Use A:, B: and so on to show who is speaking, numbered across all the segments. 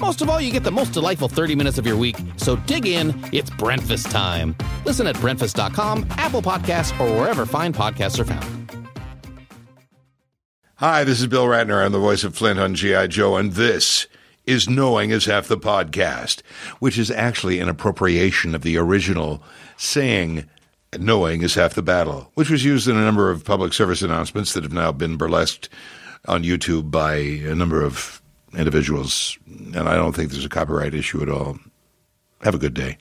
A: Most of all, you get the most delightful 30 minutes of your week. So dig in, it's breakfast time. Listen at breakfast.com, Apple Podcasts, or wherever fine podcasts are found.
B: Hi, this is Bill Ratner. I'm the voice of Flint on G.I. Joe, and this is Knowing is Half the Podcast, which is actually an appropriation of the original saying, Knowing is Half the Battle, which was used in a number of public service announcements that have now been burlesqued on YouTube by a number of individuals. And I don't think there's a copyright issue at all. Have a good day.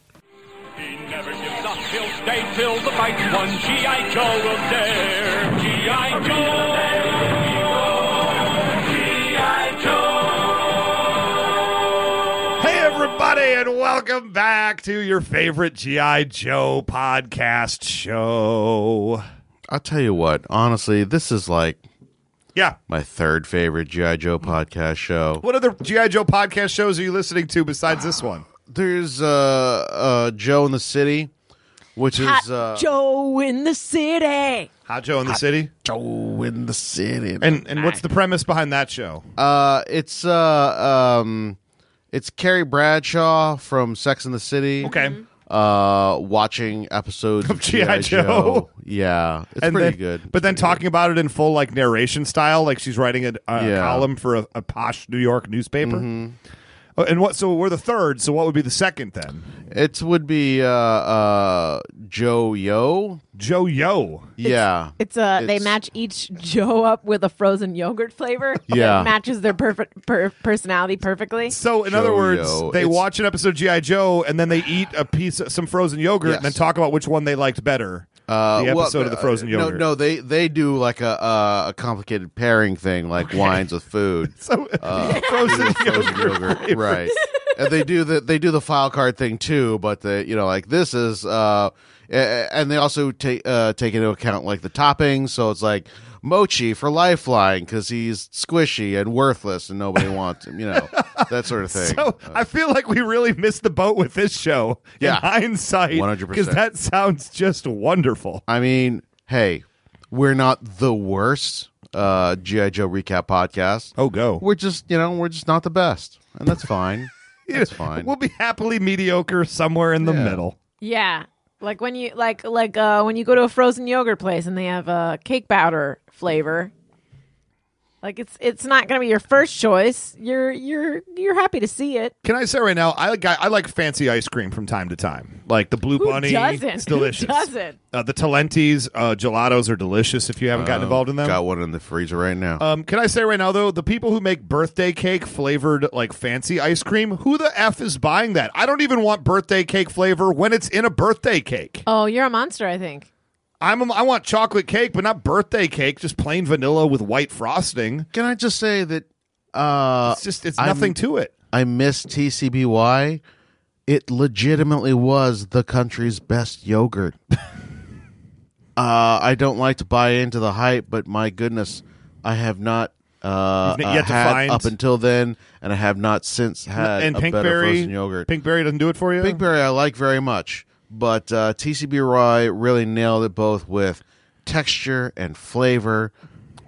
C: He never gives up. He'll stay till the fight's won. G.I. Joe will dare. G.I. Joe. G.I.
D: Hey, everybody, and welcome back to your favorite G.I. Joe podcast show.
E: I'll tell you what, honestly, this is like
D: Yeah.
E: my third favorite G.I. Joe podcast show.
D: Mm. What other G.I. Joe podcast shows are you listening to besides this one?
E: There's uh, uh, Joe in the City, which is uh,
F: Joe in the city.
D: Hot Joe in the City?
E: Joe in the City.
D: And and what's the premise behind that show?
E: Uh, it's uh, um, it's Carrie Bradshaw from Sex in the City.
D: Okay.
E: Uh, watching episodes of
D: G.I.
E: G.I. Joe.
D: Joe.
E: Yeah, it's
D: And
E: pretty
D: then-
E: good.
D: But then talking about it in full like narration style, like she's writing a, a
E: Yeah. Mm-hmm.
D: column for a, a posh New York newspaper. Oh, and what? So we're the third. So what would be the second then?
E: it would be uh, uh, Joe Yo.
D: Joe Yo.
E: Yeah,
F: It's uh they
E: It's-
F: match each Joe up with a frozen yogurt flavor.
E: Yeah.
F: It matches their perfect per- personality perfectly.
D: So in other words,
E: Yo.
D: they
E: It's-
D: watch an episode of GI Joe and then they eat a piece, of some frozen yogurt, and then
E: Yes.
D: talk about which one they liked better.
E: Uh,
D: the
E: well,
D: episode of the
E: uh,
D: frozen yogurt.
E: No, no, they they do like a uh, a complicated pairing thing, like wines with food.
D: So frozen
E: Frozen
D: yogurt.
E: yogurt, right? and they do the they do the file card thing too, but they you know like this is uh, a- a- and they also take uh, take into account like the toppings. So it's like mochi for lifeline because he's squishy and worthless and nobody wants him. You know that sort of thing. Uh,
D: So I feel like we really missed the boat with this show.
E: Yeah.
D: in hindsight,
E: 100%.
D: because that sounds just wonderful.
E: I mean, hey, we're not the worst uh, GI Joe recap podcast.
D: Oh, go.
E: we're just you know we're just not the best and that's fine that's fine
D: We'll be happily mediocre somewhere in the
E: Yeah.
D: middle.
F: yeah. Like when you like like uh when you go to a frozen yogurt place and they have a uh, cake powder flavor. Like it's it's not going to be your first choice. You're you're you're happy to see it.
D: Can I say right now? I like I like fancy ice cream from time to time, like the Blue
F: Who
D: Bunny.
F: doesn't?
D: It's delicious.
F: Who doesn't?
D: Uh, the Talenti's uh, gelatos are delicious. If you haven't
E: Oh,
D: gotten involved in them,
E: got one in the freezer right now
D: Um, can I say right now though, the people who make birthday cake flavored like fancy ice cream, who the f is buying that? I don't even want birthday cake flavor when it's in a birthday cake.
F: Oh, you're a monster, I think.
D: I'm I want chocolate cake, but not birthday cake, just plain vanilla with white frosting.
E: can i just say that uh
D: It's just it's
E: I'm-
D: nothing to it.
E: i miss tcby it legitimately was the country's best yogurt uh i don't like to buy into the hype but my goodness i have not uh,
D: You've
E: uh,
D: yet to
E: had
D: find-
E: up until then, and I have not since had
D: and
E: a better
D: pinkberry
E: frozen yogurt.
D: Pinkberry doesn't do it for you.
E: Pinkberry I like very much, but uh, TCB Roy really nailed it both with texture and flavor.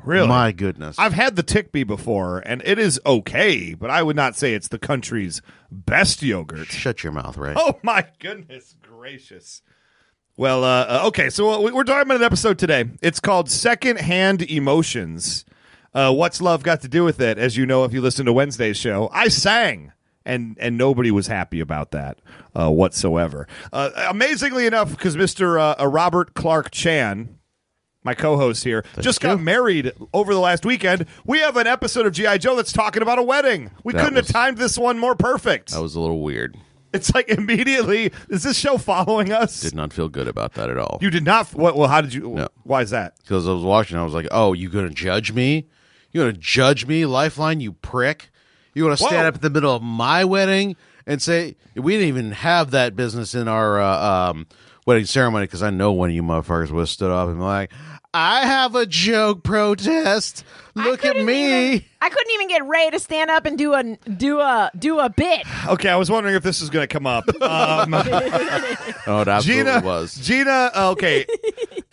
D: Really?
E: My goodness.
D: I've had the Tickbee before and it is okay, but I would not say it's the country's best yogurt.
E: Shut your mouth, right?
D: Oh my goodness gracious. Well, uh, uh, okay, so we- we're talking about an episode today. It's called Secondhand Emotions. Uh, what's love got to do with it? As you know, if you listen to Wednesday's show, I sang and and nobody was happy about that uh, whatsoever. Uh, amazingly enough, because Mister uh, uh, Robert Clark Chan, my co-host here, just got married over the last weekend. We have an episode of GI Joe that's talking about a wedding. We
E: That
D: couldn't
E: was-
D: have timed this one more perfect.
E: That was a little weird.
D: It's like immediately is this show following us?
E: Did not feel good about that at all.
D: you did not. What, well, how did you? Why is that?
E: Because I was watching, I was like, "Oh, you gonna judge me? You gonna judge me, Lifeline? You prick! You gonna stand
D: Whoa.
E: up in the middle of my wedding and say we didn't even have that business in our uh, um, wedding ceremony? Because I know one of you motherfuckers would have stood up and been like, I have a joke protest. Look at
F: couldn't
E: me."
F: even- I couldn't even get Ray to stand up and do a do a do a bit.
D: Okay, I was wondering if this was going to come up. Um,
E: Oh, it absolutely
D: Gina
E: was.
D: Gina, uh, okay.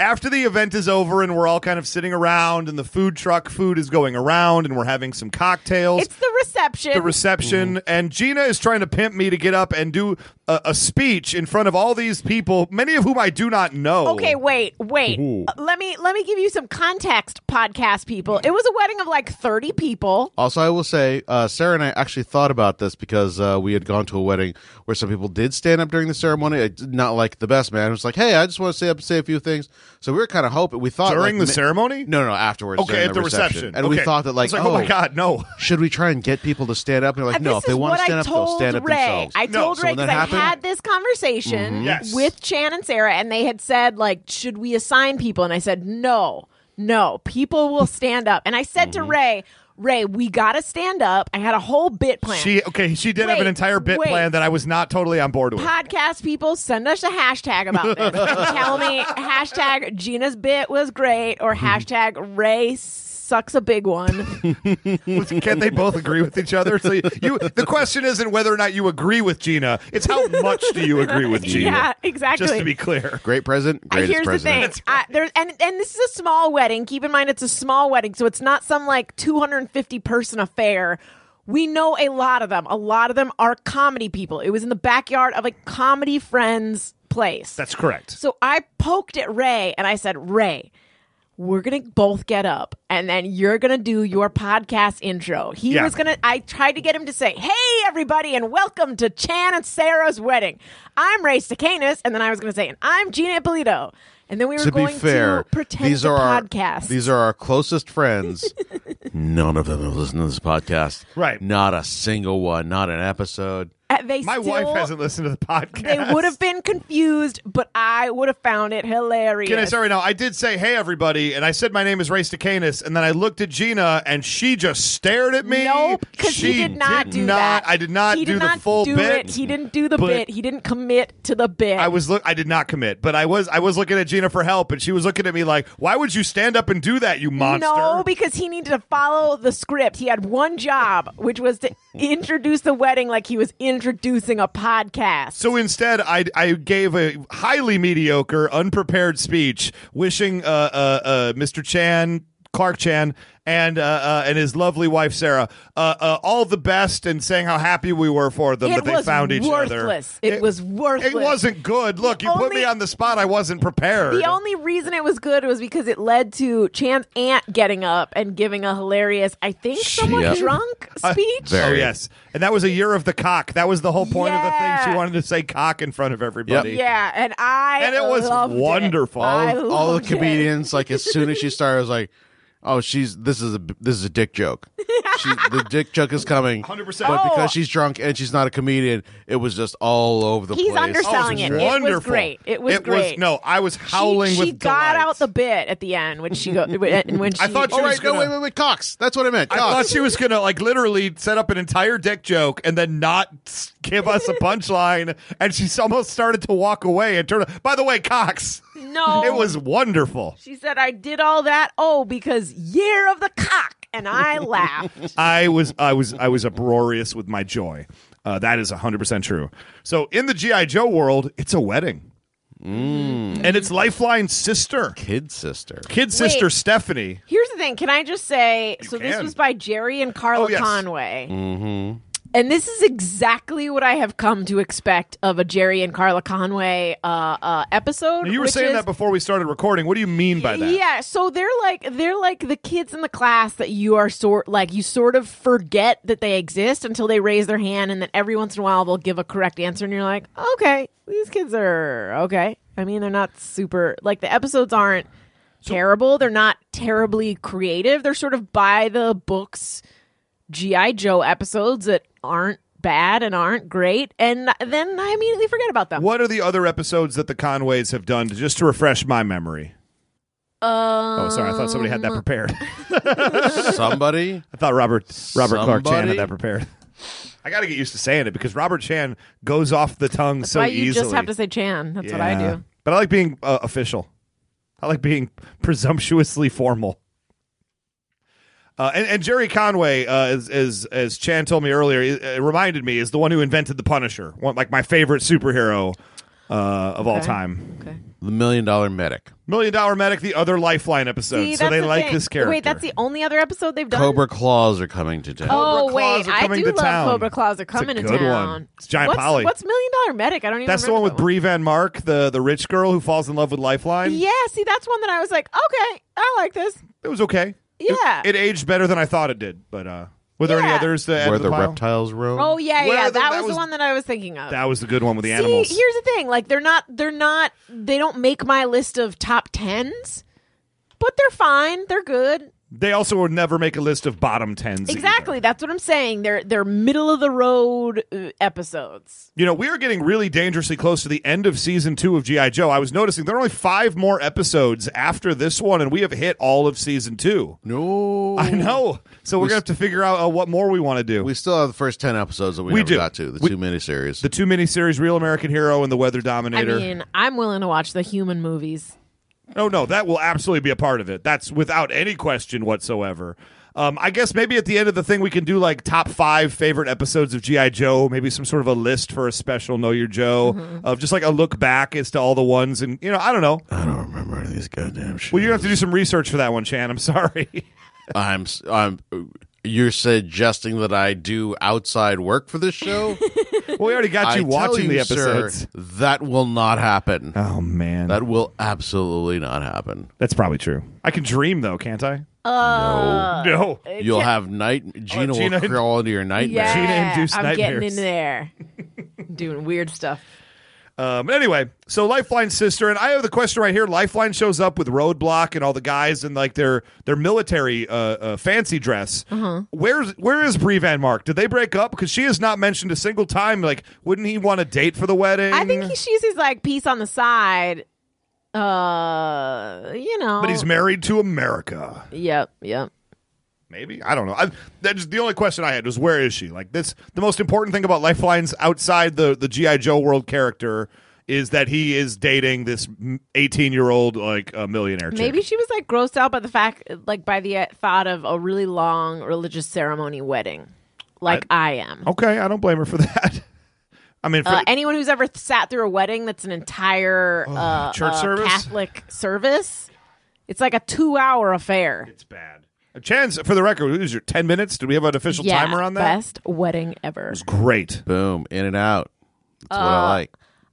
D: After the event is over and we're all kind of sitting around and the food truck food is going around and we're having some cocktails.
F: It's the reception.
D: the reception
E: Mm-hmm.
D: and Gina is trying to pimp me to get up and do a, a speech in front of all these people, many of whom I do not know.
F: Okay, wait, wait. Uh, Let me let me give you some context, podcast people. It was a wedding of like thirty people.
E: Also, I will say, uh, Sarah and I actually thought about this because uh, we had gone to a wedding where some people did stand up during the ceremony. I did not like the best man. It was like, hey, I just want to stand up and say a few things. So we were kind of hoping we thought
D: During
E: like,
D: the
E: ma-
D: ceremony?
E: No, no, afterwards.
D: Okay,
E: during
D: at the reception.
E: And we
D: Okay.
E: thought that like,
D: It's like, oh my
E: oh,
D: God, no.
E: should we try and get people to stand up? And they're like,
F: And
E: no,
F: Uh, this
E: if they
F: is
E: want
F: what
E: to stand
F: I
E: up, they'll
F: told
E: stand up
F: Ray.
E: themselves.
F: I
D: No,
F: told
E: so
F: Ray
E: when that
F: because I
E: happened- Mm-hmm.
F: had this conversation
D: Yes.
F: with Chan and Sarah, and they had said like, should we assign people? And I said, no, no, people will stand up. And I said
E: Mm-hmm.
F: to Ray, Ray, we gotta stand up. I had a whole bit plan.
D: She okay, she did have an
F: Wait,
D: entire bit
F: wait.
D: plan that I was not totally on board with.
F: podcast people send us a hashtag about this and tell me hashtag gina's bit was great or
D: Hmm.
F: hashtag ray sucks a big one
D: Can't they both agree with each other? So you, you the question isn't whether or not you agree with Gina, it's how much do you agree with Gina?
F: yeah exactly
D: Just to be clear.
E: Great president,
F: I
E: greatest
F: here's the
E: president.
F: thing. I, there's and and this is a small wedding. Keep in mind it's a small wedding, so it's not some like 250 person affair. We know a lot of them. A lot of them are comedy people. It was in the backyard of a comedy friend's place.
D: That's correct.
F: So I poked at Ray and I said, Ray, we're going to both get up and then you're going to do your podcast intro. He
D: Yeah.
F: was going to, I tried to get him to say, Hey, everybody, and welcome to Chan and Sarah's wedding. I'm Ray Stacanus. And then I was going to say, And I'm Gina Polito. And then we were
E: to be
F: going
E: fair,
F: to pretend
E: these
F: to
E: are our,
F: podcast.
E: These are our closest friends. None of them have listened to this podcast.
D: Right.
E: Not a single one. Not an episode.
F: Uh, they
D: My
F: still-
D: wife hasn't listened to the podcast.
F: They would have been confused, but I would have found it hilarious.
D: Can I sorry now? I did say hey everybody, and I said my name is Ray Stacanus, and then I looked at Gina, and she just stared at me.
F: Nope, because
D: She
F: he did not
D: did
F: do
D: not-
F: that.
D: I did not
F: He
D: do
F: did
D: the
F: not
D: full
F: do
D: bit.
F: It. He didn't do the
D: But-
F: bit. He didn't commit to the bit.
D: I was look. I did not commit, but I was. I was looking at Gina for help, and she was looking at me like, "Why would you stand up and do that, you monster?"
F: no, because he needed to follow the script. He had one job, which was to introduce the wedding like he was introducing a podcast.
D: so instead, I, I gave a highly mediocre, unprepared speech, wishing uh, uh, uh, Mr. Chan, Clark Chan, and uh, uh, and his lovely wife Sarah uh, uh, all the best, and saying how happy we were for them
F: it
D: that they
F: was
D: found each
F: worthless.
D: other.
F: It, was worthless.
D: It wasn't good. Look,
F: The
D: you put
F: only-
D: me on the spot. I wasn't prepared.
F: The only reason it was good was because it led to Chan's aunt getting up and giving a hilarious, I think, somewhat
E: Yep.
F: drunk speech.
D: Oh
E: Very.
D: yes, and that was a year of the cock. That was the whole point of the thing.
F: Yeah.
D: She wanted to say cock in front of everybody.
F: yeah, and I
D: And it was
F: loved
D: wonderful. All
F: I
D: of-
E: all the
F: loved it.
E: comedians like as soon as she started I was like oh she's this is a this is a dick joke she, the dick joke is coming
D: 100%.
E: but
F: Oh.
E: because she's drunk and she's not a comedian it was just all over the
F: He's
E: place
F: underselling it. was
D: Oh, Wonderful.
F: great. It was great.
D: no, I was howling
F: she, she
D: with
F: got
D: delight.
F: out the bit at the end when she go and when she
D: I thought
E: oh
D: she was
E: wait no
D: gonna-
E: wait wait wait Cox that's what I meant
D: I
E: Cox.
D: thought she was gonna like literally set up an entire dick joke and then not s- give us a punchline, and she s- almost started to walk away and turned. By the way, Cox,
F: no
D: it was wonderful.
F: she said I did all that oh because year of the cock and I laughed
D: I was I was I was uproarious with my joy. Uh, that is 100% true. So in the GI Joe world, it's a wedding. And it's Lifeline's sister,
E: kid sister
D: kid sister Stephanie.
F: here's the thing can I just say so this
D: can.
F: was by Jerry and Carla
D: Oh, yes.
F: Conway and this is exactly what I have come to expect of a Jerry and Carla Conway uh, uh, episode.
D: Now, you were
F: which
D: saying
F: is-
D: that before we started recording. What do you mean by that?
F: Yeah, so they're like they're like the kids in the class that you are sort like you sort of forget that they exist until they raise their hand, and then every once in a while they'll give a correct answer, and you're like, okay, these kids are okay. I mean, they're not super like the episodes aren't terrible. They're not terribly creative. They're sort of by the books GI Joe episodes that aren't bad and aren't great, and then I immediately forget about them.
D: What are the other episodes that the Conways have done to, just to refresh my memory?
F: Um,
D: oh, sorry. I thought somebody had that prepared.
E: Somebody.
D: I thought Robert Robert Clark Chan
E: Somebody?
D: had that prepared. I got to get used to saying it because Robert Chan goes off the tongue so
F: Why you
D: easily.
F: just have to say Chan? That's what
D: Yeah.
F: I do.
D: But I like being uh, official. I like being presumptuously formal. Uh, and, and Jerry Conway, uh, as, as as Chan told me earlier, i- uh, reminded me is the one who invented the Punisher, one like my favorite superhero uh, of all
F: Okay.
D: time.
F: Okay.
E: The Million Dollar Medic.
D: Million Dollar Medic, the other Lifeline episode,
F: See,
D: so
F: that's
D: they
F: the
D: like
F: thing.
D: this character.
F: Wait, that's the only other episode they've done.
E: Cobra Claws are coming to town.
F: oh
D: Claws
F: wait,
D: are
F: I
D: coming
F: do
D: to
F: love
D: town.
F: Cobra Claws are
D: a
F: coming
D: good
F: to
D: one.
F: town.
D: It's Giant
F: what's,
D: Polly.
F: What's Million Dollar Medic? I don't even.
D: That's the one
F: remember
D: with
F: that
D: Brie Van Mark, the the rich girl who falls in love with Lifeline.
F: Yeah, see, that's one that I was like, okay, I like this.
D: it was okay. It-
F: Yeah.
D: it, aged better than I thought it did. But uh, were there any
F: Yeah.
D: others? To add
E: Where
D: to the,
E: the
D: pile?
E: reptiles roam.
F: Oh yeah,
D: Where
F: yeah,
D: the-
F: that,
D: that
F: was,
D: was-
F: the one that I was thinking of.
D: That was the good one with the
F: see,
D: animals.
F: here's the thing: like they're not, they're not, they don't make my list of top tens, but they're fine. They're good.
D: They also would never make a list of bottom tens. either.
F: Exactly. That's what I'm saying. They're they're middle of the road uh, episodes.
D: You know, we are getting really dangerously close to the end of season two of G.I. Joe. I was noticing there are only five more episodes after this one, and we have hit all of season two.
E: No.
D: I know. So we're going to have to figure out uh, what more we want to do.
E: We still have the first 10 episodes that we,
D: We
E: never
D: do.
E: got to, the
D: We-
E: two miniseries.
D: the two miniseries, Real American Hero and The Weather Dominator.
F: I mean, I'm willing to watch the human movies.
D: Oh no, that will absolutely be a part of it. That's without any question whatsoever. Um, I guess maybe at the end of the thing we can do like top five favorite episodes of GI Joe, maybe some sort of a list for a special Know Your Joe of just like a look back as to all the ones, and you know I don't know.
E: I don't remember any of these goddamn shit.
D: Well, you have to do some research for that one, Chan. I'm sorry.
E: I'm, s- I'm, you're suggesting that I do outside work for this show?
D: well, we already got
E: I
D: you
E: tell
D: watching
E: you,
D: the
E: sir,
D: episodes.
E: that will not happen.
D: Oh man,
E: That will absolutely not happen.
D: that's probably true. I can dream though, can't I?
F: Uh,
D: no.
E: You'll have night. Gina,
D: Oh, Gina-
E: will crawl into your nightmare.
F: Yeah,
D: Gina-induced
F: I'm getting
D: nightmares.
F: in there, doing weird stuff.
D: Um, anyway, so Lifeline's sister, and I have the question right here. Lifeline shows up with Roadblock and all the guys in like their their military uh, uh, fancy dress.
F: Uh-huh.
D: Where's where is Brie Van Mark? Did they break up? Because she has not mentioned a single time. Like, wouldn't he want a date for the wedding?
F: I think he, she's his like piece on the side. Uh, you know.
D: but he's married to America.
F: Yep, yep.
D: Maybe I don't know. I, that's the only question I had was where is she? Like this, the most important thing about Lifeline's outside the the GI Joe world character is that he is dating this eighteen year old like a millionaire. chick.
F: Maybe she was like grossed out by the fact, like by the uh, thought of a really long religious ceremony wedding, like I, am.
D: Okay, I Oh, don't blame her for that. I mean, for,
F: Uh, anyone who's ever sat through a wedding that's an entire uh,
D: Oh, church
F: uh,
D: service?
F: Catholic service, it's like a two-hour affair.
D: it's bad. Chance, for the record, what is your ten minutes? Do we have an official timer on that?
F: Best wedding ever.
D: Great.
E: Boom, in and out. That's what
D: Uh,
E: I like.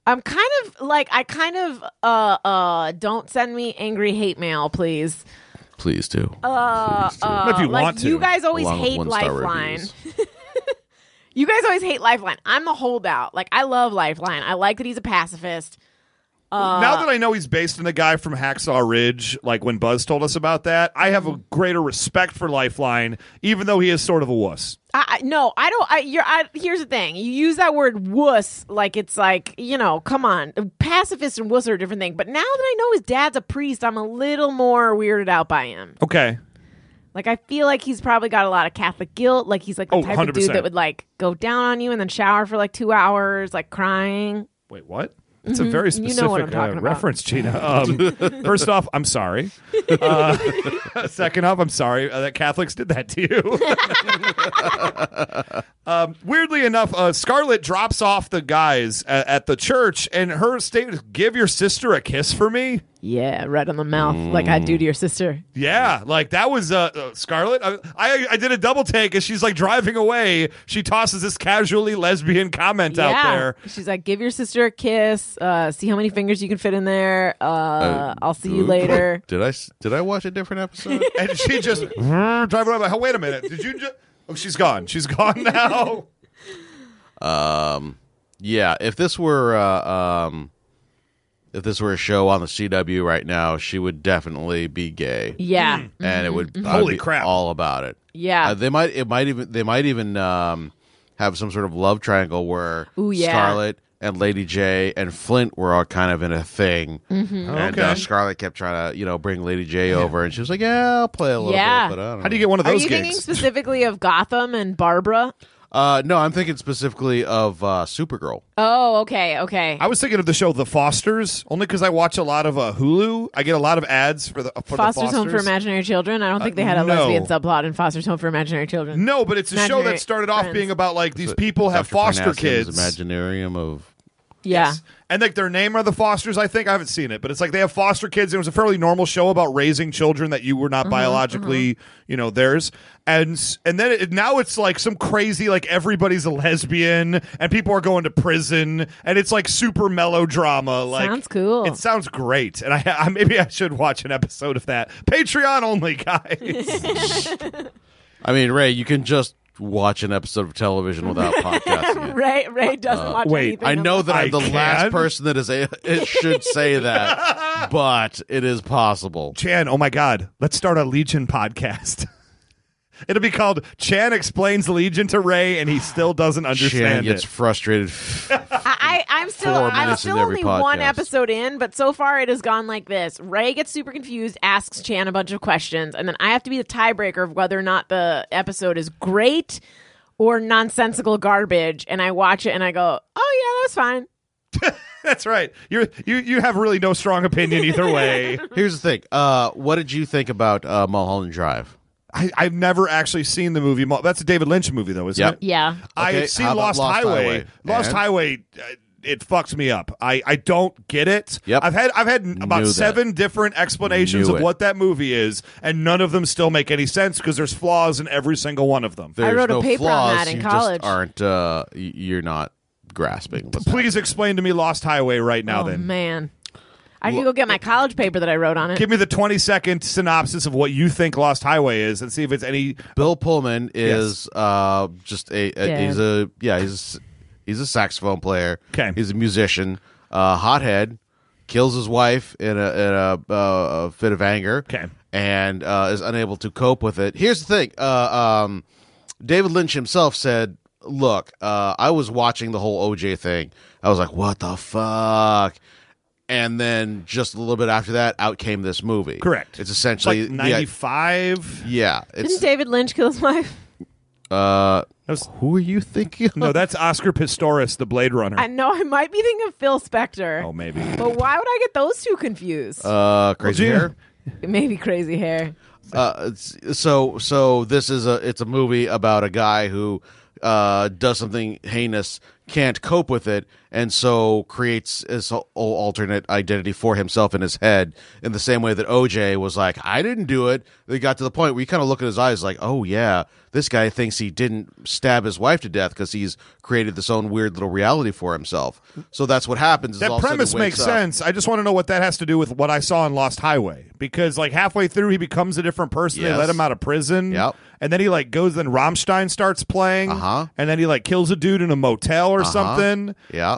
F: I'm kind of like I kind of uh uh don't send me angry hate mail, please.
E: Please do.
F: Uh,
E: Please do.
F: uh,
D: If you
F: like,
D: want to.
F: You guys always
E: Along with
F: hate
E: one-star
F: Lifeline.
E: reviews.
F: You guys always hate Lifeline. I'm the holdout. Like I love Lifeline. I like that he's a pacifist. Uh,
D: now that I know he's based on the guy from Hacksaw Ridge, like when Buzz told us about that, I have a greater respect for Lifeline, even though he is sort of a wuss.
F: I, I no, I don't. I, you're, I here's the thing. You use that word wuss like it's like you know. Come on, pacifist and wuss are a different thing. But now that I know his dad's a priest, I'm a little more weirded out by him.
D: Okay.
F: Like I feel like he's probably got a lot of Catholic guilt. Like he's like the
D: Oh,
F: type of dude
D: 100%.
F: that would like go down on you and then shower for like two hours, like crying.
D: Wait, what? It's a very
F: Mm-hmm. You
D: specific
F: know what I'm
D: uh,
F: talking about.
D: reference, Gina. Um, first off, I'm sorry. Uh, second off, I'm sorry uh, that Catholics did that to you. um, weirdly enough, uh, Scarlett uh, drops off the guys at, at the church, and her statement is, "Give your sister a kiss for me."
F: Yeah, right on the mouth, like I do to your sister.
D: Yeah, like that was uh, uh, Scarlett. I, I I did a double take as she's like driving away. She tosses this casually lesbian comment out
F: yeah.
D: there.
F: She's like, give your sister a kiss. Uh, see how many fingers you can fit in there. Uh, I'll see you
E: Ooh,
F: later.
E: Did I s- did I watch a different episode?
D: and she just driving away. Like, oh, wait a minute, did you? Just... Oh, she's gone. She's gone now.
E: um, yeah. If this were uh, um, if this were a show on the CW right now, she would definitely be gay,
D: Hmm.
F: Yeah,
E: and it would I would
D: Holy
E: be
D: crap.
E: all about it.
F: Mm-hmm, yeah.
E: Uh, they might it might even they might even um, have some sort of love triangle where
F: Ooh, yeah.
E: Scarlett and Lady J and Flint were all kind of in a thing.
F: Mm-hmm.
E: And uh,
D: Okay.
E: Scarlett kept trying to, you know, bring Lady J over, and she was like, "Yeah, I'll play a little
F: Yeah.
E: bit." But I don't
D: How do you
E: know."
D: get one of
F: Are
D: those
F: you
D: gigs?
F: thinking specifically of Gotham and Barbara?
E: Uh, no, I'm thinking specifically of uh, Supergirl.
F: Oh, okay, okay.
D: I was thinking of the show The Fosters, only because I watch a lot of uh, Hulu. I get a lot of ads for the for the
F: Foster's
D: Fosters. Uh,
F: Home for Imaginary Children. I don't think they had a
D: no.
F: lesbian subplot in Foster's Home for Imaginary Children.
D: No, but it's a show
F: Imaginary
D: that started off
F: Friends.
D: being about like these people have
E: Dr.
D: foster
E: Parnassus,
D: kids.
E: Imaginarium of
F: Yeah.
D: And like their name are the Fosters, I think. I haven't seen it, but it's like they have foster kids. It was a fairly normal show about raising children that you were
F: Mm-hmm,
D: not biologically, you know, theirs. And s- and then it, now it's like some crazy like everybody's a lesbian and people are going to prison and it's like super melodrama. Like
F: Sounds cool.
D: It sounds great, and I, I maybe I should watch an episode of that. Patreon only, guys.
E: I mean, Ray, you can just watch an episode of television without podcasting. it.
F: Ray Ray doesn't watch
D: Uh, wait,
F: anything.
E: I know that I'm
D: I
E: the last
D: can?
E: person that is a it should say that, but it is possible.
D: Chan, oh my God, let's start a Legion podcast. It'll be called Chan Explains Legion to Ray, and he still doesn't
E: Shan
D: understand
E: gets
D: it.
E: frustrated.
F: I, I I'm still
E: Four
F: I'm
E: minutes
F: still
E: in every
F: only one
E: podcast.
F: episode in, but so far it has gone like this. Ray gets super confused, asks Chan a bunch of questions, and then I have to be the tiebreaker of whether or not the episode is great or nonsensical garbage. And I watch it and I go, Oh yeah, that was fine.
D: That's right. You're, you you have really no strong opinion either way.
E: Here's the thing. Uh, what did you think about uh, Mulholland Drive?
D: I, I've never actually seen the movie. Mul- That's a David Lynch movie, though, isn't
E: Yep.
D: it?
F: Yeah.
D: I
E: Okay,
D: had seen
E: how about
D: Lost,
E: Lost
D: Highway.
E: Highway?
D: Lost
E: And?
D: Highway, uh, it fucks me up. I, I don't get it.
E: Yep.
D: I've had I've had n- about
E: Knew that.
D: seven different explanations
E: Knew
D: of
E: it.
D: what that movie is, and none of them still make any sense because there's flaws in every single one of them.
E: There's
F: wrote a
E: no
F: paper on
E: flaws.
F: that in
E: you
F: college.
E: Just aren't uh, y- you're not grasping? what's
D: Please explain to me Lost Highway right now,
F: oh
D: then.
F: man. I can go get my college paper that I wrote on it.
D: Give me the 20 second synopsis of what you think Lost Highway is and see if it's any.
E: Bill Pullman is uh, just a, a
F: Dead.
E: he's a yeah he's he's a saxophone player.
D: 'Kay.
E: he's a musician. Uh, hothead kills his wife in a in a, uh, a fit of anger.
D: 'Kay.
E: and uh, is unable to cope with it. Here's the thing. Uh, um, David Lynch himself said, "Look, uh, I was watching the whole OJ thing. I was like, what the fuck." And then just a little bit after that, out came this movie.
D: Correct.
E: It's
D: It's like
E: essentially the-
D: 95.
E: Yeah, it's
F: Didn't David Lynch kill his wife?
E: uh,
D: was-
E: who are you thinking? of?
D: No, that's Oscar Pistorius, the Blade Runner.
F: I know I might be thinking of Phil Spector.
D: oh, maybe.
F: But why would I get those two confused?
E: Uh, crazy
D: Well,
E: hair.
F: Maybe crazy hair.
E: Uh, it's- so so this is a it's a movie about a guy who uh does something heinous, can't cope with it, and so creates this whole alternate identity for himself in his head. In the same way that OJ was like, I didn't do it. They got to the point where you kind of look at his eyes like, oh yeah, this guy thinks he didn't stab his wife to death because he's created this own weird little reality for himself. So that's what happens. is all
D: That
E: of a sudden he
D: premise makes
E: wakes up.
D: sense. I just want to know what that has to do with what I saw in Lost Highway because, like, halfway through, he becomes a different person. They
E: Yes.
D: let him out of prison.
E: Yep.
D: And then he, like, goes, then Rammstein starts playing.
E: Uh-huh.
D: And then he, like, kills a dude in a motel or something.
E: Yeah.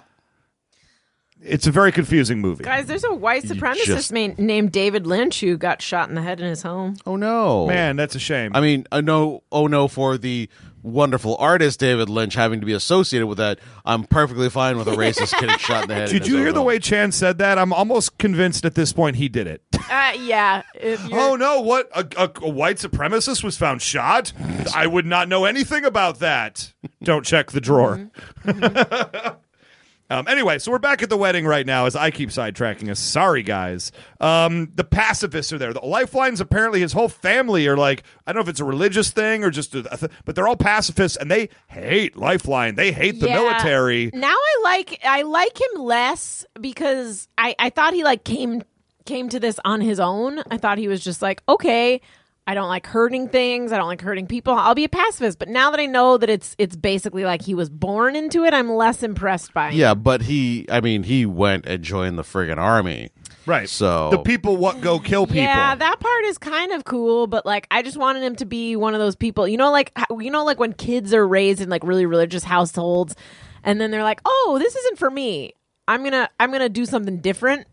D: It's a very confusing movie.
F: Guys, there's a white supremacist
E: just-
F: man named David Lynch who got shot in the head in his home.
E: Oh no,
D: Man, that's a shame.
E: I mean, uh, no, oh no, for the wonderful artist David Lynch having to be associated with that. I'm perfectly fine with a racist getting shot in the head. in
D: Did
E: his
D: you
E: own
D: hear the
E: home.
D: way Chan said that? I'm almost convinced at this point he did it.
F: Uh, yeah. If you're-
D: Oh no! What a, a, a white supremacist was found shot. I would not know anything about that. Don't check the drawer.
F: Mm-hmm.
D: um, anyway, so we're back at the wedding right now. As I keep sidetracking us, sorry guys. Um, the pacifists are there. The lifelines apparently his whole family are like I don't know if it's a religious thing or just, a, a th- but they're all pacifists and they hate Lifeline. They hate the
F: Yeah.
D: military.
F: Now I like I like him less because I I thought he like came came to this on his own. I thought he was just like, okay, I don't like hurting things. I don't like hurting people. I'll be a pacifist. But now that I know that it's it's basically like he was born into it, I'm less impressed by it.
E: Yeah, but he, I mean, he went and joined the friggin' army.
D: Right.
E: So-
D: the people what go kill people.
F: Yeah, that part is kind of cool, but like I just wanted him to be one of those people. You know like how- you know like when kids are raised in like really religious households and then they're like, "Oh, this isn't for me. I'm going to I'm going to do something different."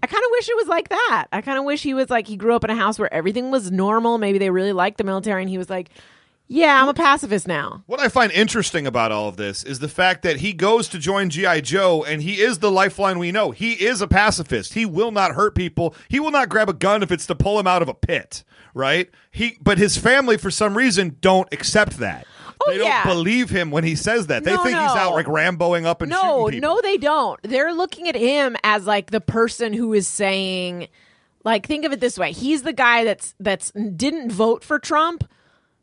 F: I kind of wish it was like that. I kind of wish he was like he grew up in a house where everything was normal. Maybe they really liked the military and he was like, "Yeah, I'm a pacifist now."
D: What I find interesting about all of this is the fact that he goes to join G.I. Joe and he is the lifeline we know. He is a pacifist. He will not hurt people. He will not grab a gun if it's to pull him out of a pit, right? He but his family for some reason don't accept that.
F: Oh,
D: they don't
F: yeah.
D: believe him when he says that. They
F: No,
D: think he's
F: no.
D: out like Ramboing up and
F: No,
D: shooting people.
F: no, they don't. They're looking at him as like the person who is saying, like, think of it this way: he's the guy that's that's didn't vote for Trump,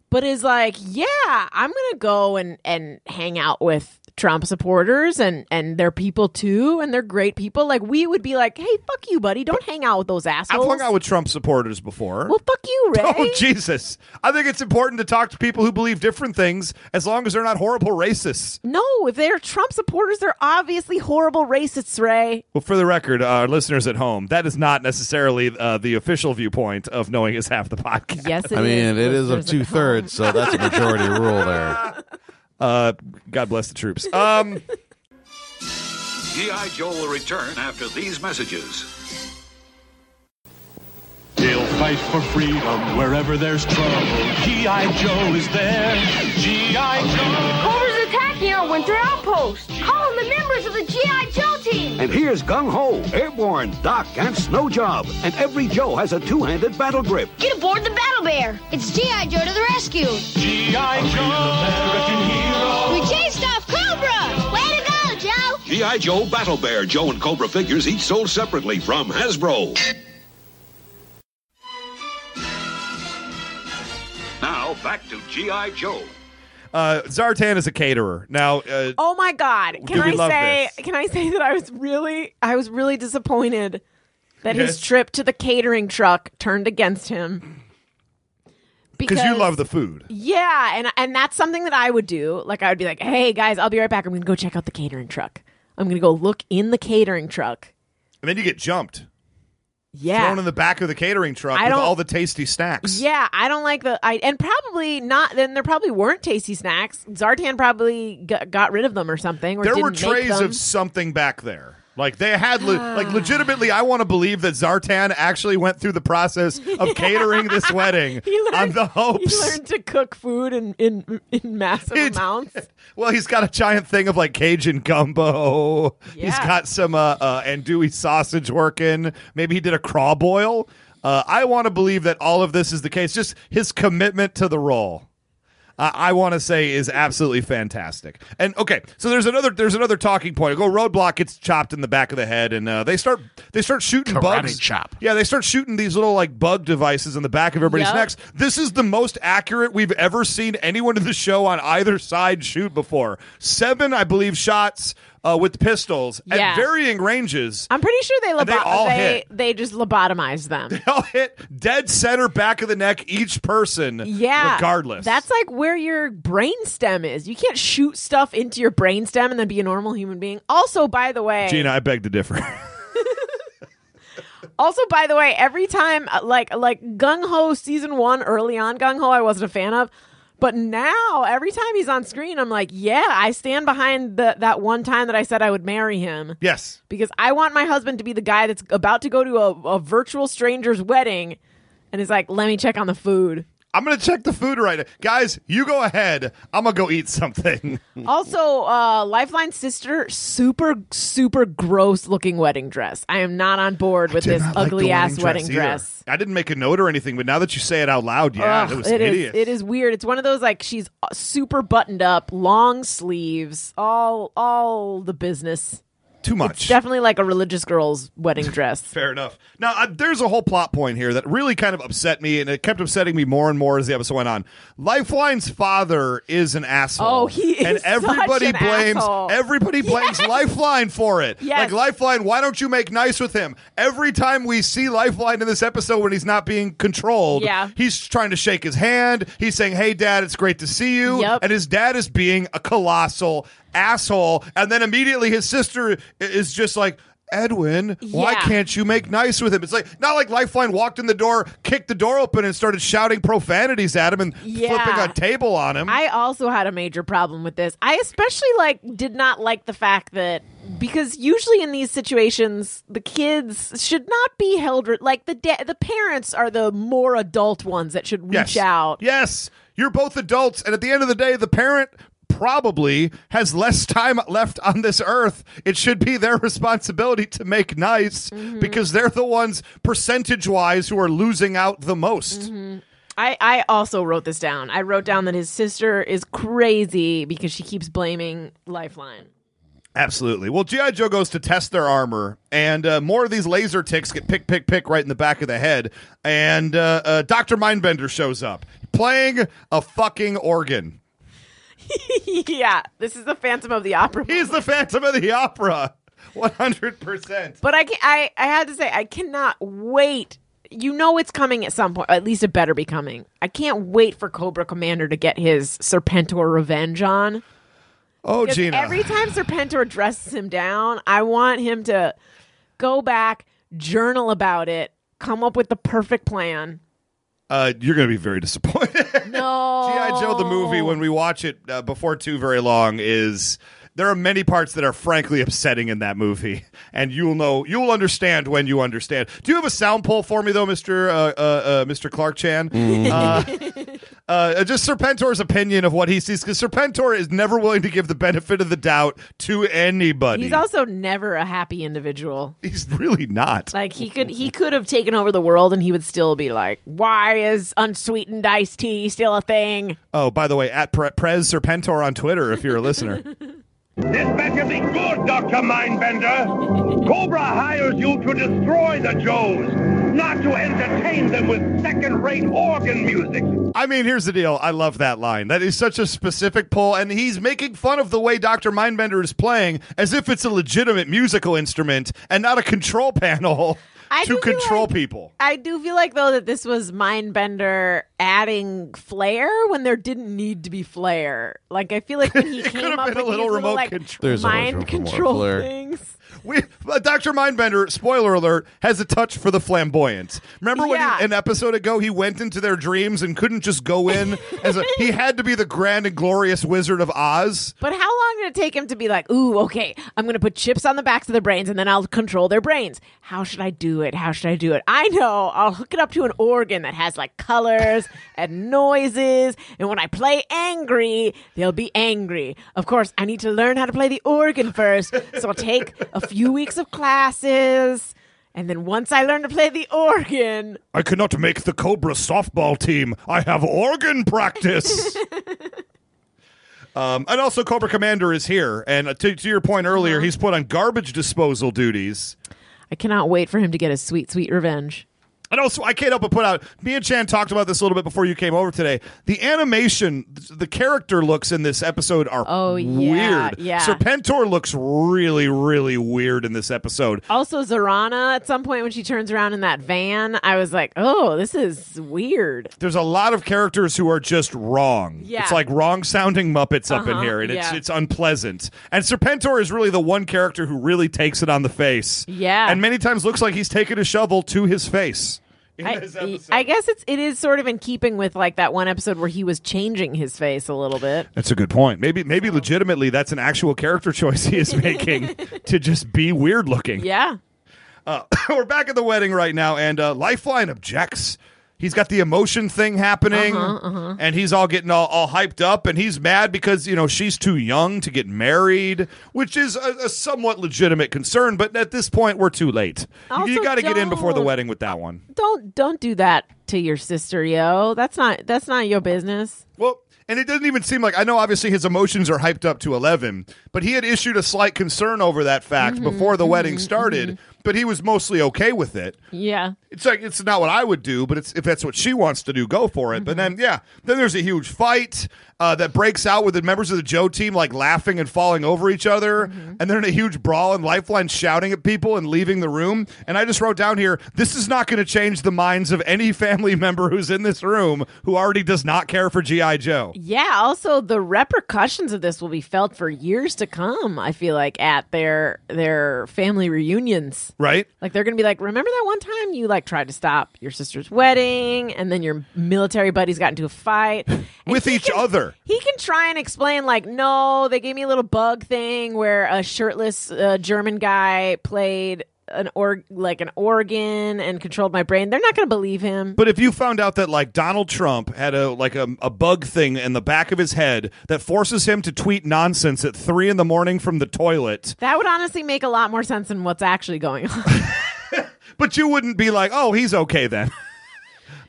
F: but is like, yeah, I'm gonna go and and hang out with Trump supporters and and they're people too, and they're great people. Like we would be like, hey, fuck you, buddy, don't hang out with those
D: I've
F: assholes.
D: hung out with Trump supporters before.
F: well, fuck you, Ray.
D: Oh Jesus! I think it's important to talk to people who believe different things, as long as they're not horrible racists.
F: no, if they're Trump supporters, they're obviously horrible racists, Ray.
D: Well, for the record, uh, our listeners at home, that is not necessarily uh, the official viewpoint of knowing is half the podcast.
F: Yes, it is.
E: I mean, it is of
F: Listeners at home.
E: two thirds, so that's a majority rule there.
D: Uh, God bless the troops. Um,
G: G.I. Joe will return after these messages.
C: He'll fight for freedom wherever there's trouble. G.I. Joe is there. G.I. Joe.
H: Cobra's attacking our winter outpost. Call on the members of the G.I. Joe team.
G: And here's Gung Ho, Airborne, Doc, and Snow Job. And every Joe has a two handed battle grip.
H: Get aboard the Battle Bear. It's G.I. Joe to the rescue.
C: G.I. Joe.
H: We chased off Cobra. Way to go, Joe.
G: G.I. Joe Battle Bear, Joe and Cobra figures each sold separately from Hasbro. Now back to G.I. Joe.
D: uh, Zartan is a caterer. Now, uh,
F: Oh my god. Can
D: Do we
F: I
D: love
F: say
D: this?
F: can I say that I was really I was really disappointed that
D: Yes.
F: his trip to the catering truck turned against him.
D: because you love the food.
F: Yeah, and and that's something that I would do. Like I would be like, "Hey guys, I'll be right back. I'm going to go check out the catering truck. I'm going to go look in the catering truck."
D: And then you get jumped,
F: Yeah.
D: thrown in the back of the catering truck
F: I
D: with
F: don't-
D: all the tasty snacks.
F: Yeah, I don't like the I and probably not. Then there probably weren't tasty snacks. Zartan probably got, got rid of them or something. Or
D: there were
F: didn't make
D: trays
F: them.
D: of something back there. Like they had, le- like legitimately, I want to believe that Zartan actually went through the process of catering this wedding
F: He
D: on
F: learned-
D: the
F: He
D: hopes.
F: learned to cook food in in, in massive
D: It-
F: amounts.
D: Well, he's got a giant thing of like Cajun gumbo. He's
F: Yeah.
D: got some uh, uh, andouille sausage working. Maybe he did a craw boil. Uh, I want to believe that all of this is the case. Just his commitment to the role, uh, I want to say, is absolutely fantastic. And okay, so there's another there's another talking point. Go roadblock gets chopped in the back of the head, and uh, they start they start shooting bugs.
E: chop.
D: Yeah, they start shooting these little like bug devices in the back of everybody's
F: Yep.
D: necks. This is the most accurate we've ever seen anyone in the show on either side shoot before. Seven, I believe, shots uh, with pistols at
F: Yeah.
D: varying ranges.
F: I'm pretty sure they
D: And
F: lobo-
D: they all
F: they,
D: hit.
F: they just lobotomized them.
D: They'll hit dead center back of the neck each person.
F: Yeah.
D: regardless.
F: That's like where your brain stem is. You can't shoot stuff into your brain stem and then be a normal human being. Also, by the way,
D: Gina. I beg to differ.
F: also by the way, every time uh, like like Gung Ho season 1 early on Gung Ho I wasn't a fan of. But now every time he's on screen I'm like, yeah, I stand behind the that one time that I said I would marry him.
D: yes.
F: because I want my husband to be the guy that's about to go to a, a virtual stranger's wedding and is like, let me check on the food.
D: I'm gonna check the food right now. Guys, you go ahead. I'm gonna go eat something.
F: Also, uh, Lifeline sister, super, super gross looking wedding dress. I am not on board with
D: Did
F: this
D: not like the
F: ugly ass wedding
D: either.
F: dress.
D: I didn't make a note or anything, but now that you say it out loud, yeah,
F: Ugh,
D: it was
F: it is-
D: hideous.
F: it is weird. It's one of those like she's uh, super buttoned up, long sleeves, all all the business.
D: too much.
F: Definitely like a religious girl's wedding dress.
D: Fair enough. Now, uh, there's a whole plot point here that really kind of upset me, and it kept upsetting me more and more as the episode went on. Lifeline's father is an asshole.
F: Oh, he is
D: and
F: such
D: everybody
F: an
D: blames
F: asshole.
D: everybody blames Lifeline for it. Like
F: Yes.
D: Lifeline, why don't you make nice with him? Every time we see Lifeline in this episode when he's not being controlled,
F: Yeah.
D: he's trying to shake his hand. He's saying, "Hey, Dad, it's great to see you."
F: Yep.
D: And his dad is being a colossal asshole, and then immediately his sister i- is just like. Edwin, why
F: Yeah.
D: can't you make nice with him? It's like not like Lifeline walked in the door, kicked the door open, and started shouting profanities at him and
F: Yeah.
D: flipping a table on him.
F: I also had a major problem with this. I especially like did not like the fact that because usually in these situations the kids should not be held re- like the da- the parents are the more adult ones that should reach
D: yes.
F: out.
D: Yes, you're both adults, and at the end of the day, the parent probably has less time left on this earth. It should be their responsibility to make nice
F: Mm-hmm.
D: because they're the ones percentage wise who are losing out the most.
F: I, I also wrote this down. I wrote down that his sister is crazy because she keeps blaming Lifeline.
D: Absolutely. Well, GI Joe goes to test their armor, and uh, more of these laser ticks get pick, pick, pick right in the back of the head. And uh, uh, Doctor Mindbender shows up playing a fucking organ.
F: yeah, this is the Phantom of the Opera.
D: He's the Phantom of the Opera, one hundred percent.
F: But I, can, I, I had to say, I cannot wait. You know it's coming at some point. At least it better be coming. I can't wait for Cobra Commander to get his Serpentor revenge on.
D: Oh,
F: 'Cause
D: Gina.
F: Every time Serpentor dresses him down, I want him to go back, journal about it, come up with the perfect plan.
D: uh, you're going to be very disappointed.
F: No.
D: GI Joe the movie, when we watch it uh, before too very long, is there are many parts that are frankly upsetting in that movie, and you'll know you'll understand when you understand. Do you have a sound poll for me though, Mister uh, uh, uh, Mister Clark Chan? Uh, uh, just Serpentor's opinion of what he sees, because Serpentor is never willing to give the benefit of the doubt to anybody.
F: He's also never a happy individual.
D: He's really not.
F: Like he could he could have taken over the world and he would still be like, "Why is unsweetened iced tea still a thing?"
D: Oh, by the way, at Pre- Prez Serpentor on Twitter, if you're a listener.
C: This better be good, Dr. Mindbender. Cobra hires you to destroy the Joes, not to entertain them with second-rate organ music.
D: I mean, here's the deal. I love that line. That is such a specific pull, and he's making fun of the way Dr. Mindbender is playing as if it's a legitimate musical instrument and not a control panel
F: I
D: to
F: do feel
D: control
F: like-
D: people.
F: I do feel like though that this was Mindbender adding flair when there didn't need to be flair. Like I feel like when he
D: could've
F: came up
D: been
F: with
D: a little
F: these
D: remote
F: like,
D: control.
E: There's always room
F: mind
E: for more
F: control
E: flair.
F: things.
D: We, uh, Dr. Mindbender, spoiler alert, has a touch for the flamboyant. Remember when
F: Yeah.
D: he, an episode ago he went into their dreams and couldn't just go in as a, he had to be the grand and glorious wizard of Oz?
F: But how long did it take him to be like, ooh, okay, I'm going to put chips on the backs of their brains and then I'll control their brains? How should I do it? How should I do it? I know. I'll hook it up to an organ that has like colors and noises. And when I play angry, they'll be angry. Of course, I need to learn how to play the organ first. So I'll take a few weeks of classes. And then once I learn to play the organ,
D: I cannot make the Cobra softball team. I have organ practice. um, and also, Cobra Commander is here. And uh, to, to your point earlier,
F: Uh-huh.
D: he's put on garbage disposal duties.
F: I cannot wait for him to get his sweet, sweet revenge.
D: And also, I can't help but put out. Me and Chan talked about this a little bit before you came over today. The animation, th- the character looks in this episode are
F: Oh, yeah,
D: weird.
F: yeah.
D: Serpentor looks really, really weird in this episode.
F: Also, Zorana, at some point when she turns around in that van, I was like, oh, this is weird.
D: there's a lot of characters who are just wrong.
F: Yeah.
D: It's like wrong sounding Muppets up in
F: Uh-huh,
D: here, and it's
F: yeah.
D: it's unpleasant. And Serpentor is really the one character who really takes it on the face.
F: Yeah.
D: And many times looks like he's taking a shovel to his face. In
F: I,
D: this episode.
F: I guess it's it is sort of in keeping with like that one episode where he was changing his face a little bit.
D: that's a good point. Maybe maybe legitimately that's an actual character choice he is making to just be weird looking.
F: Yeah.
D: We're back at the wedding right now, and uh, Lifeline objects. He's got the emotion thing happening,
F: Uh-huh,
D: and he's all getting all, all hyped up, and he's mad because, you know, she's too young to get married, which is a, a somewhat legitimate concern, but at this point, we're too late. You- you
F: Also,
D: got to get in before the
F: don't-
D: wedding with that one.
F: Don't don't do that to your sister, yo. That's not that's not your business.
D: Well, And it doesn't even seem like I know obviously his emotions are hyped up to 11, but he had issued a slight concern over that fact
F: Mm-hmm,
D: before the wedding started, but he was mostly okay with it.
F: Yeah.
D: It's like it's not what I would do, but it's if that's what she wants to do, go for it. But then yeah, then there's a huge fight uh, that breaks out with the members of the Joe team like laughing and falling over each other, and then a huge brawl and Lifeline shouting at people and leaving the room. And I just wrote down here, this is not going to change the minds of any family member who's in this room who already does not care for GI Joe.
F: Yeah. Also, the repercussions of this will be felt for years to come. I feel like at their their family reunions.
D: Right?
F: Like they're gonna be like, remember that one time you like tried to stop your sister's wedding, and then your military buddies got into a fight And
D: With
F: he
D: each
F: can-
D: other.
F: He can try and explain like, no, they gave me a little bug thing where a shirtless uh, German guy played an org like an organ and controlled my brain. They're not gonna believe him.
D: But if you found out that like Donald Trump had a like a, a bug thing in the back of his head that forces him to tweet nonsense at three in the morning from the toilet,
F: that would honestly make a lot more sense than what's actually going on.
D: but you wouldn't be like, "Oh, he's okay then."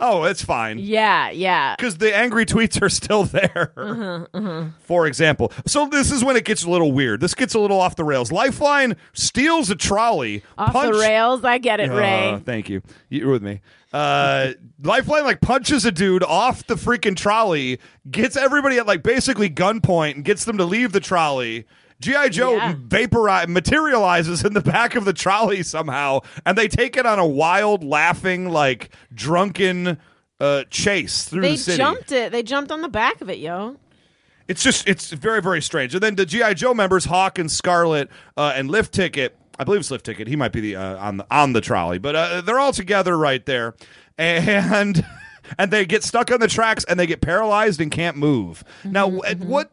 D: oh, it's fine
F: yeah, yeah.
D: because the angry tweets are still there.
F: Uh-huh,
D: For example, so this is when it gets a little weird. This gets a little off the rails. Lifeline steals a trolley,
F: Off
D: punch-
F: the rails, I get it,
D: Uh,
F: Ray.
D: thank you. You're with me. Uh, Lifeline like punches a dude off the freaking trolley, gets everybody at like basically gunpoint, and gets them to leave the trolley. GI Joe
F: Yeah.
D: vaporize materializes in the back of the trolley somehow, and they take it on a wild, laughing, like drunken uh, chase through
F: They
D: the city.
F: jumped it. They jumped on the back of it, yo.
D: It's just it's very very strange. And then the GI Joe members Hawk and Scarlet uh, and Lift Ticket, I believe it's Lift Ticket. He might be the uh, on the on the trolley, but uh, they're all together right there, and and they get stuck on the tracks and they get paralyzed and can't move. Now w- at what?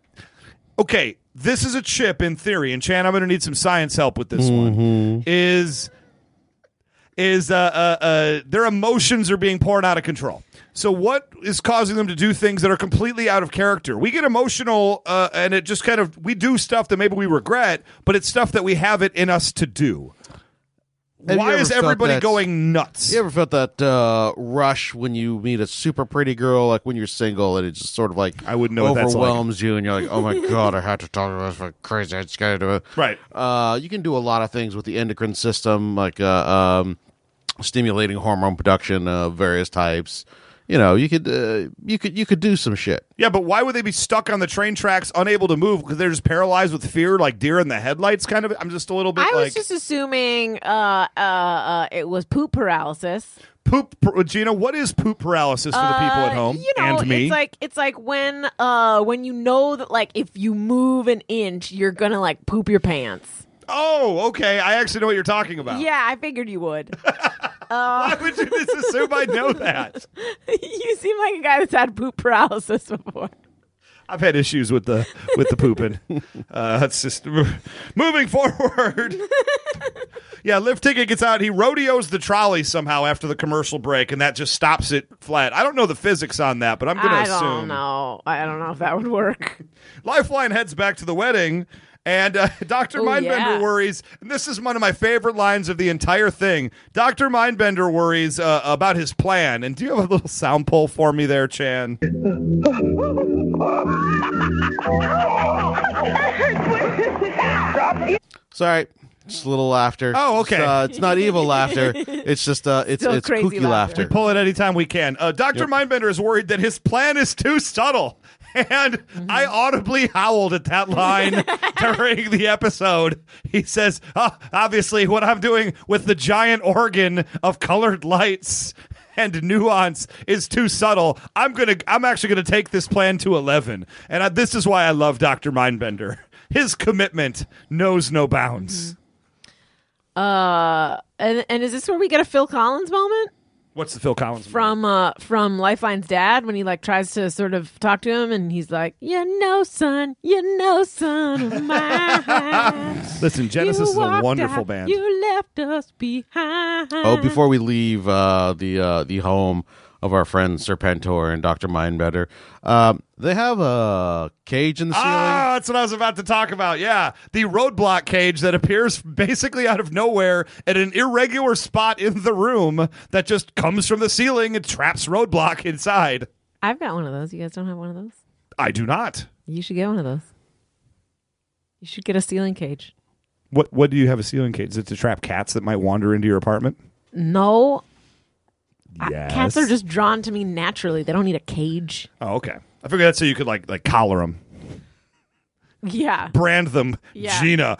D: Okay, this is a chip in theory, and Chan, I'm going to need some science help with this
E: Mm-hmm.
D: one. Is is uh, uh, uh, their emotions are being poured out of control. So what is causing them to do things that are completely out of character? We get emotional, uh, and it just kind of we do stuff that maybe we regret, but it's stuff that we have it in us to do.
E: Have you
D: Why
E: ever
D: is
E: felt
D: everybody
E: that-
D: going nuts?
E: You ever felt that uh, rush when you meet a super pretty girl, like when you're single, and it just sort of like
D: I wouldn't know what that's like.
E: overwhelms you, and you're like, "Oh my god, I had to talk about this for crazy. I just gotta do it."
D: Right.
E: Uh, you can do a lot of things with the endocrine system, like uh, um, stimulating hormone production of various types. You know, you could uh, you could you could do some shit.
D: Yeah, but why would they be stuck on the train tracks, unable to move because they're just paralyzed with fear, like deer in the headlights? Kind of. I'm just a little bit like
F: I was just assuming uh, uh, uh, it was poop paralysis.
D: poop. par- uh, Gina, what is poop paralysis for the people at
F: Uh,
D: home
F: you know,
D: and me?
F: it's like it's like when uh, when you know that like if you move an inch, you're gonna like poop your pants.
D: oh, okay. I actually know what you're talking about.
F: Yeah, I figured you would.
D: Why would you just assume I know that?
F: you seem like a guy that's had poop paralysis before.
D: I've had issues with the with the pooping. Uh, that's just moving forward. yeah, lift ticket gets out. He rodeos the trolley somehow after the commercial break, and that just stops it flat. I don't know the physics on that, but I'm going to
F: I
D: assume.
F: don't know. I don't know if that would work.
D: Lifeline heads back to the wedding, and uh, Dr.
F: Oh,
D: Mindbender
F: yeah.
D: worries. And this is one of my favorite lines of the entire thing. Dr. Mindbender worries uh, about his plan. And do you have a little sound poll for me there, Chan?
E: Sorry, just a little laughter.
D: Oh, okay.
E: It's, uh, it's not evil laughter. It's just uh, it's
F: Still
E: it's
F: crazy
E: kooky
F: laughter.
E: laughter.
D: pull it anytime we can. Uh, Dr. Mindbender is worried that his plan is too subtle. And
F: Mm-hmm.
D: I audibly howled at that line during the episode. He says, "Ah, obviously, what I'm doing with the giant organ of colored lights and nuance is too subtle. I'm gonna, I'm actually gonna take this plan to eleven. And I, this is why I love Dr. Mindbender. His commitment knows no bounds.
F: Mm-hmm. Uh, and and is this where we get a Phil Collins moment?
D: What's the Phil Collins moment?
F: from uh from Lifeline's dad when he like tries to sort of talk to him and he's like, "You know, son, you know, son of mine."
D: Listen, Genesis
F: You
D: is a
F: walked
D: wonderful
F: out,
D: band.
F: You left us behind.
E: Oh, before we leave uh, the uh, the home of our friend Serpentor and Doctor Mindbetter, um, they have a cage in the ceiling.
D: Ah, that's what I was about to talk about. Yeah, the roadblock cage that appears basically out of nowhere at an irregular spot in the room that just comes from the ceiling and traps roadblock inside.
F: I've got one of those. You guys don't have one of those?
D: I do not.
F: You should get one of those. You should get a ceiling cage.
D: What What do you have a ceiling cage? Is it to trap cats that might wander into your apartment?
F: No, I-
D: Yes.
F: Uh, cats are just drawn to me naturally. They don't need a cage.
D: Oh, okay. I figured that's so you could like like collar them,
F: Yeah,
D: brand them,
F: Yeah. Mm-hmm.
D: Gina.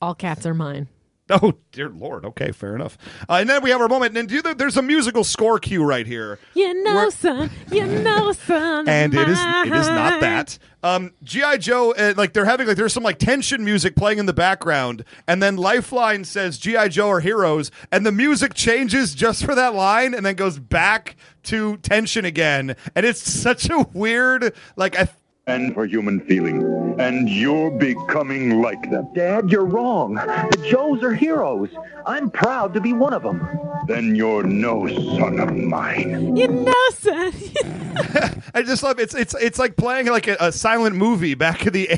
F: all cats are mine.
D: Oh dear lord. Okay, fair enough. Uh, and then we have our moment, and do the, there's a musical score cue right here,
F: You know,
D: We're-
F: son. You know, son.
D: and it is it is
F: mine.
D: not that. Um, GI Joe, uh, like they're having like there's some like tension music playing in the background, and then Lifeline says GI Joe are heroes, and the music changes just for that line, and then goes back to tension again, and it's such a weird like I.
C: and for human feelings. And you're becoming like them. Dad, you're wrong. The Joes are heroes. I'm proud to be one of them. Then you're no son of mine.
F: You know, son.
D: I just love it's it's it's like playing like a, a silent movie back in the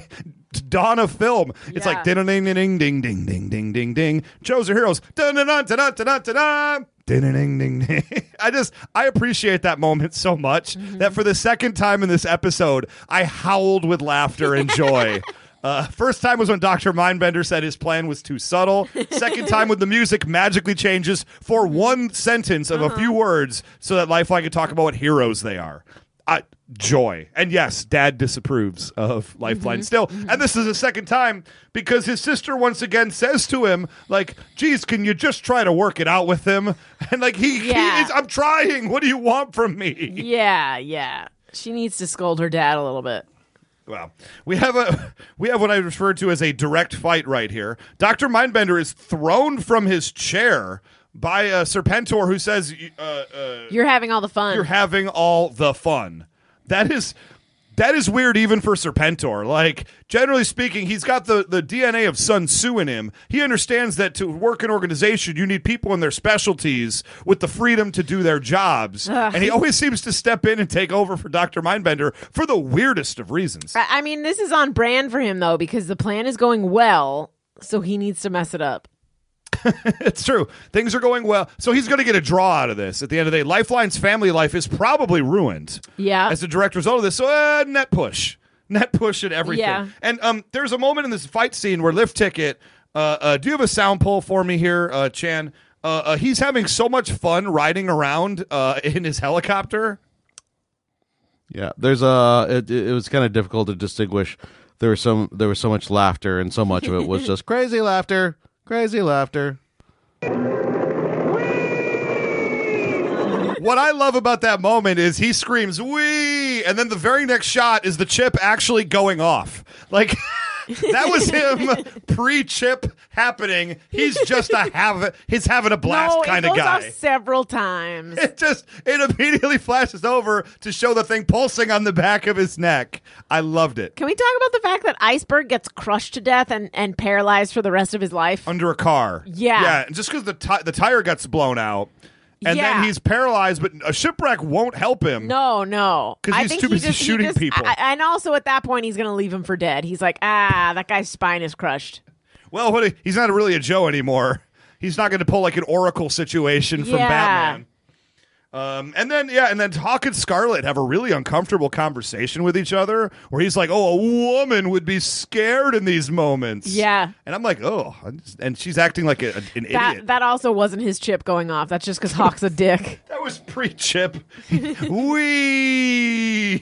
D: dawn of film. It's like
F: Yeah.
D: ding ding ding ding ding ding ding ding ding. Joe's are heroes. Dun dun dun dun dun dun dun. Ding ding ding ding. I just I appreciate that moment so much that for the second time in this episode, I howled with laughter and joy. Uh, first time was when Dr. Mindbender said his plan was too subtle. Second time when the music magically changes for one sentence of a few words so that Lifeline can talk about what heroes they are. I, joy. And yes, dad disapproves of Lifeline still. And this is the second time because his sister once again says to him, like, geez, can you just try to work it out with him? And like, he,
F: Yeah.
D: he is, I'm trying. What do you want from me?
F: yeah, yeah. She needs to scold her dad a little bit.
D: Well, we have a we have what I refer to as a direct fight right here. Doctor Mindbender is thrown from his chair by uh, Serpentor, who says uh, uh,
F: You're having all the fun.
D: you're having all the fun. That is that is weird even for Serpentor. Like generally speaking, he's got the, the DNA of Sun Tzu in him. He understands that to work an organization, you need people in their specialties with the freedom to do their jobs. And he always seems to step in and take over for Dr. Mindbender for the weirdest of reasons.
F: I I mean, this is on brand for him though, because the plan is going well, so he needs to mess it up.
D: It's true. Things are going well. So he's going to get a draw out of this. At the end of the day, Lifeline's family life is probably ruined.
F: Yeah.
D: As a direct result of this. So, uh, net push. Net push and everything.
F: Yeah.
D: And um, there's a moment in this fight scene where Lift Ticket, uh, uh, do you have a sound pull for me here, uh, Chan? Uh, uh, he's having so much fun riding around uh, in his helicopter.
E: Yeah, there's a. It, it was kind of difficult to distinguish. There was some. There was so much laughter, and so much of it was just crazy laughter, crazy laughter.
D: What I love about that moment is he screams "wee," and then the very next shot is the chip actually going off. Like that was him pre-chip happening. He's just a have he's having a blast
F: no,
D: kind
F: it
D: of
F: goes
D: guy.
F: off several times.
D: it just it immediately flashes over to show the thing pulsing on the back of his neck. I loved it.
F: Can we talk about the fact that Iceberg gets crushed to death and, and paralyzed for the rest of his life?
D: Under a car.
F: Yeah.
D: Yeah, and just cuz the ti- the tire gets blown out and then
F: Yeah.
D: he's paralyzed but a shipwreck won't help him.
F: No, no.
D: 'Cause
F: I
D: he's
F: think
D: too
F: he
D: busy
F: just- he
D: shooting
F: just-
D: people.
F: I- and also at that point, he's going to leave him for dead. He's like, ah, that guy's spine is crushed.
D: Well, what a, he's not really a Joe anymore. He's not going to pull like an Oracle situation from
F: Yeah.
D: Batman. Um, and then yeah, and then Hawk and Scarlet have a really uncomfortable conversation with each other, where he's like, "Oh, a woman would be scared in these moments."
F: Yeah.
D: and I'm like, "Oh," I'm just- and she's acting like a, an idiot.
F: That
D: That,
F: that also wasn't his chip going off. That's just because Hawk's a dick.
D: was pre-chip. Wee.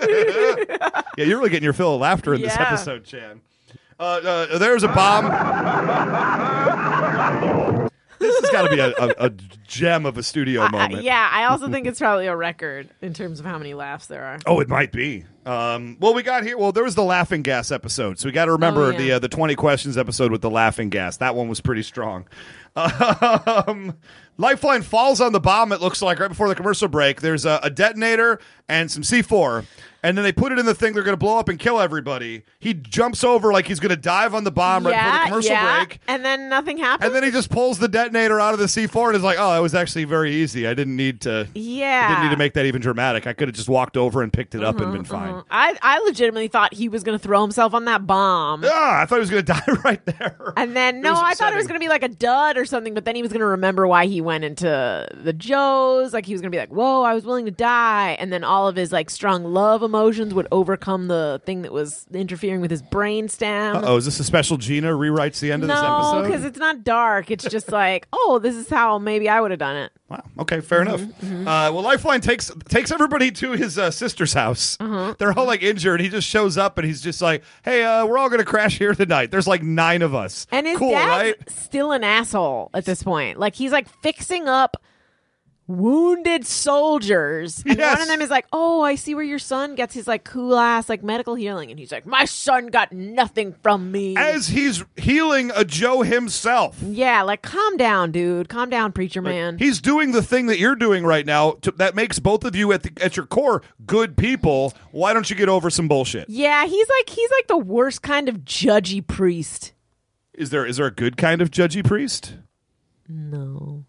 D: yeah, you're really getting your fill of laughter in this
F: Yeah.
D: episode, Chan. Uh, uh, there's a bomb. this has got to be a, a, a gem of a studio
F: I-
D: moment.
F: yeah, I also think it's probably a record in terms of how many laughs there are.
D: Oh, it might be. Um, well, we got here. Well, there was the laughing gas episode, so we got to remember
F: Oh, yeah.
D: the uh, the twenty questions episode with the laughing gas. That one was pretty strong. Um, Lifeline falls on the bomb. It looks like right before the commercial break. There's a, a detonator and some C four, and then they put it in the thing. They're going to blow up and kill everybody. He jumps over like he's going to dive on the bomb right before the commercial break.
F: and then nothing happened.
D: And then he just pulls the detonator out of the C4 and is like, "Oh, that was actually very easy. I didn't need to
F: yeah, Uh-huh,
D: didn't need to make that even dramatic. I could have just walked over and picked it up and been fine.
I: fine.
F: I, I legitimately thought he was going to throw himself on that bomb.
D: Ah, I thought he was going to die right there.
F: And then, no,
D: was
F: I thought it was
D: upsetting.
F: going to be like a dud or something, but then he was going to remember why he went into the Joes. Like, he was going to be like, whoa, I was willing to die. And then all of his, like, strong love emotions would overcome the thing that was interfering with his brain stem.
D: Oh, is this a special Gina rewrites the end of this
F: No,
D: episode?
F: because it's not dark. It's just like, oh, this is how maybe I would have done it.
D: Wow. Okay.
F: Mm-hmm,
D: Fair enough. Uh, well, Lifeline takes takes everybody to his uh, sister's house.
F: Uh-huh.
D: They're all like injured. He just shows up and he's just like, "Hey, uh, we're all gonna crash here tonight." There's like nine of us.
F: And his
D: cool,
F: dad's
D: right?
F: still an asshole at this point. Like he's like fixing up wounded soldiers. And
D: Yes.
F: one of them is like, Oh, I see where your son gets his like cool ass like medical healing. And he's like, My son got nothing from me.
D: As he's healing a Joe himself.
F: yeah, like calm down, dude. Calm down, preacher man.
D: He's doing the thing that you're doing right now to, that makes both of you at the, at your core good people. Why don't you get over some bullshit?
F: yeah, he's like he's like the worst kind of judgy priest.
D: Is there is there a good kind of judgy priest?
F: No.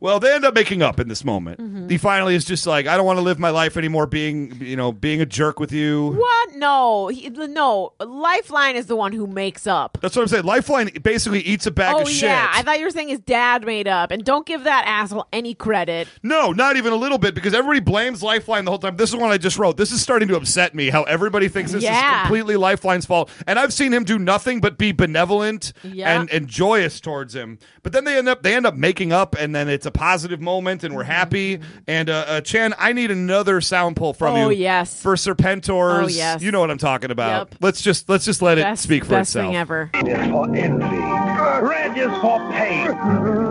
D: Well, they end up making up in this moment.
F: Mm-hmm.
D: He finally is just like, I don't want to live my life anymore being, you know, being a jerk with you.
F: What? No. He, no. Lifeline is the one who makes up.
D: That's what I'm saying. Lifeline basically eats a bag
F: Oh
D: of shit.
F: yeah, I thought you were saying his dad made up, and don't give that asshole any credit.
D: no, not even a little bit because everybody blames Lifeline the whole time. This is one I just wrote. This is starting to upset me how everybody thinks this is
F: Yeah.
D: completely Lifeline's fault. And I've seen him do nothing but be benevolent
F: Yeah.
D: and, and joyous towards him. But then they end up they end up making up and then it's a positive moment and we're happy. And uh, uh Chan, I need another sound pull from you.
F: Mm-hmm. Oh, yes.
D: For Serpentors.
F: Oh, yes.
D: You know what I'm talking about.
F: Yep.
D: Let's just let's just let
F: best
D: it speak for
F: best
D: itself.
F: thing ever.
C: is for envy. Red is for pain.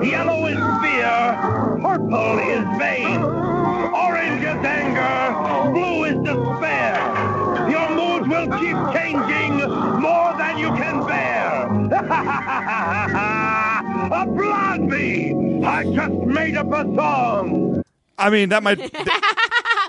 C: Yellow is fear. Purple is vain. Orange is anger. Blue is despair. Your moods will keep changing more than you can bear. Applaud me! I just made up a song.
D: I mean, that might. th-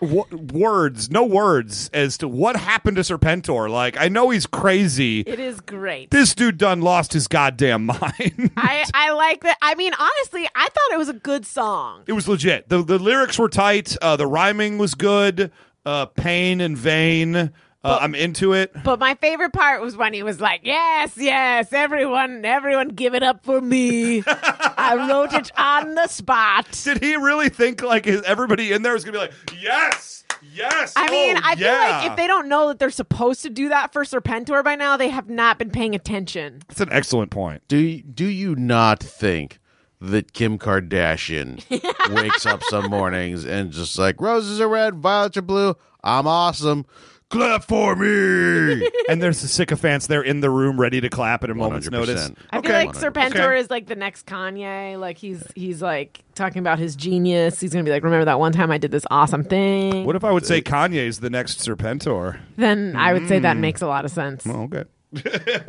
D: wo- words, no words as to what happened to Serpentor. Like, I know he's crazy.
F: It is great.
D: This dude done lost his goddamn mind.
F: I, I like that. I mean, honestly, I thought it was a good song.
D: it was legit. The, the lyrics were tight, uh, the rhyming was good, uh, pain and vain. Uh, I'm into it.
F: But my favorite part was when he was like, "Yes, yes, everyone, everyone, give it up for me." I wrote it on the spot.
D: Did he really think like his, everybody in there was gonna be like, yes, yes?
F: I mean,
D: oh,
F: I feel like
D: yeah."
F: if they don't know that they're supposed to do that for Serpentor by now, they have not been paying attention.
D: that's an excellent point.
E: Do do you not think that Kim Kardashian wakes up some mornings and just like roses are red, violets are blue, I'm awesome. Clap for me.
D: and there's the sycophants there in the room ready to clap at a moment's notice.
E: 100%.
F: I feel
D: Okay.
F: like Serpentor is like the next Kanye. Like he's he's like talking about his genius. He's gonna be like, remember that one time I did this awesome thing?
D: What if I would say Kanye's the next Serpentor? Oh,
F: then I would say
D: Mm.
F: that makes a lot of sense.
D: Okay.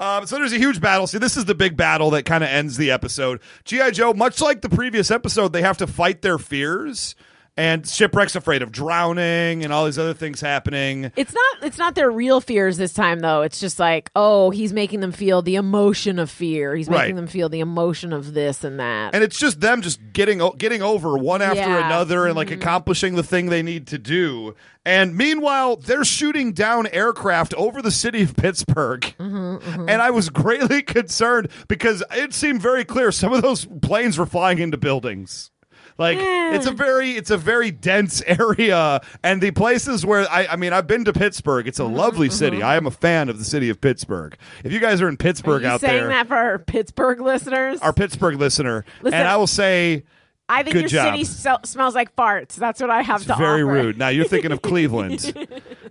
D: um, so there's a huge battle. See, this is the big battle that kind of ends the episode. G.I. Joe, much like the previous episode, they have to fight their fears. And Shipwreck's afraid of drowning and all these other things happening.
F: It's not it's not their real fears this time though. It's just like, oh, he's making them feel the emotion of fear. He's
D: Right.
F: making them feel the emotion of this and that.
D: And it's just them just getting o- getting over one after
F: Yeah. Mm-hmm.
D: another and like accomplishing the thing they need to do. And meanwhile, they're shooting down aircraft over the city of Pittsburgh.
F: Mm-hmm,
D: And I was greatly concerned because it seemed very clear some of those planes were flying into buildings. Like
F: Hmm.
D: it's a very it's a very dense area, and the places where I I mean I've been to Pittsburgh. It's a
F: Mm-hmm,
D: lovely city. I am a fan of the city of Pittsburgh. If you guys are in
F: Are
D: Pittsburgh
F: you
D: out
F: saying
D: there,
F: that for our Pittsburgh listeners?
D: our Pittsburgh listener,
F: Listen-
D: and I will say
F: I think
D: good
F: your
D: job.
F: city so- smells like farts. That's what I have to
D: very
F: offer.
D: rude. Now you're thinking of Cleveland.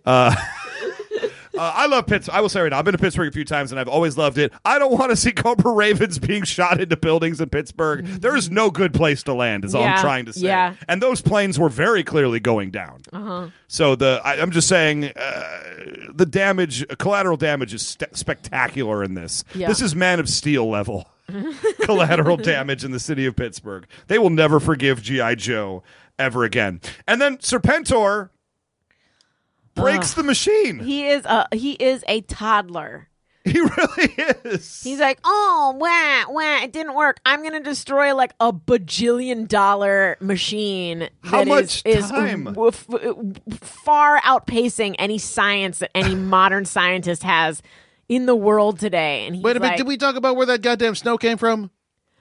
D: Uh, uh, I love Pittsburgh. I will say right now, I've been to Pittsburgh a few times and I've always loved it. I don't want to see Cobra Ravens being shot into buildings in Pittsburgh. There is no good place to land, is all I'm
F: Mm-hmm. Yeah,
D: trying to say.
F: yeah.
D: And those planes were very clearly going down. Uh-huh. So the I, I'm just saying uh, the damage, collateral damage is st- spectacular in this.
F: Yeah.
D: This is Man of Steel level collateral damage in the city of Pittsburgh. They will never forgive G.I. Joe ever again. And then Serpentor breaks the machine.
F: He is a he is a toddler.
D: He really is.
F: He's like, oh, wah, wah, it didn't work. I'm going to destroy like a bajillion dollar machine
D: How
F: that
D: much
F: is- is
D: time?
F: w- f- w- far outpacing any science that any modern scientist has in the world today. And he's
E: Wait a minute.
F: like,
E: did we talk about where that goddamn snow came from?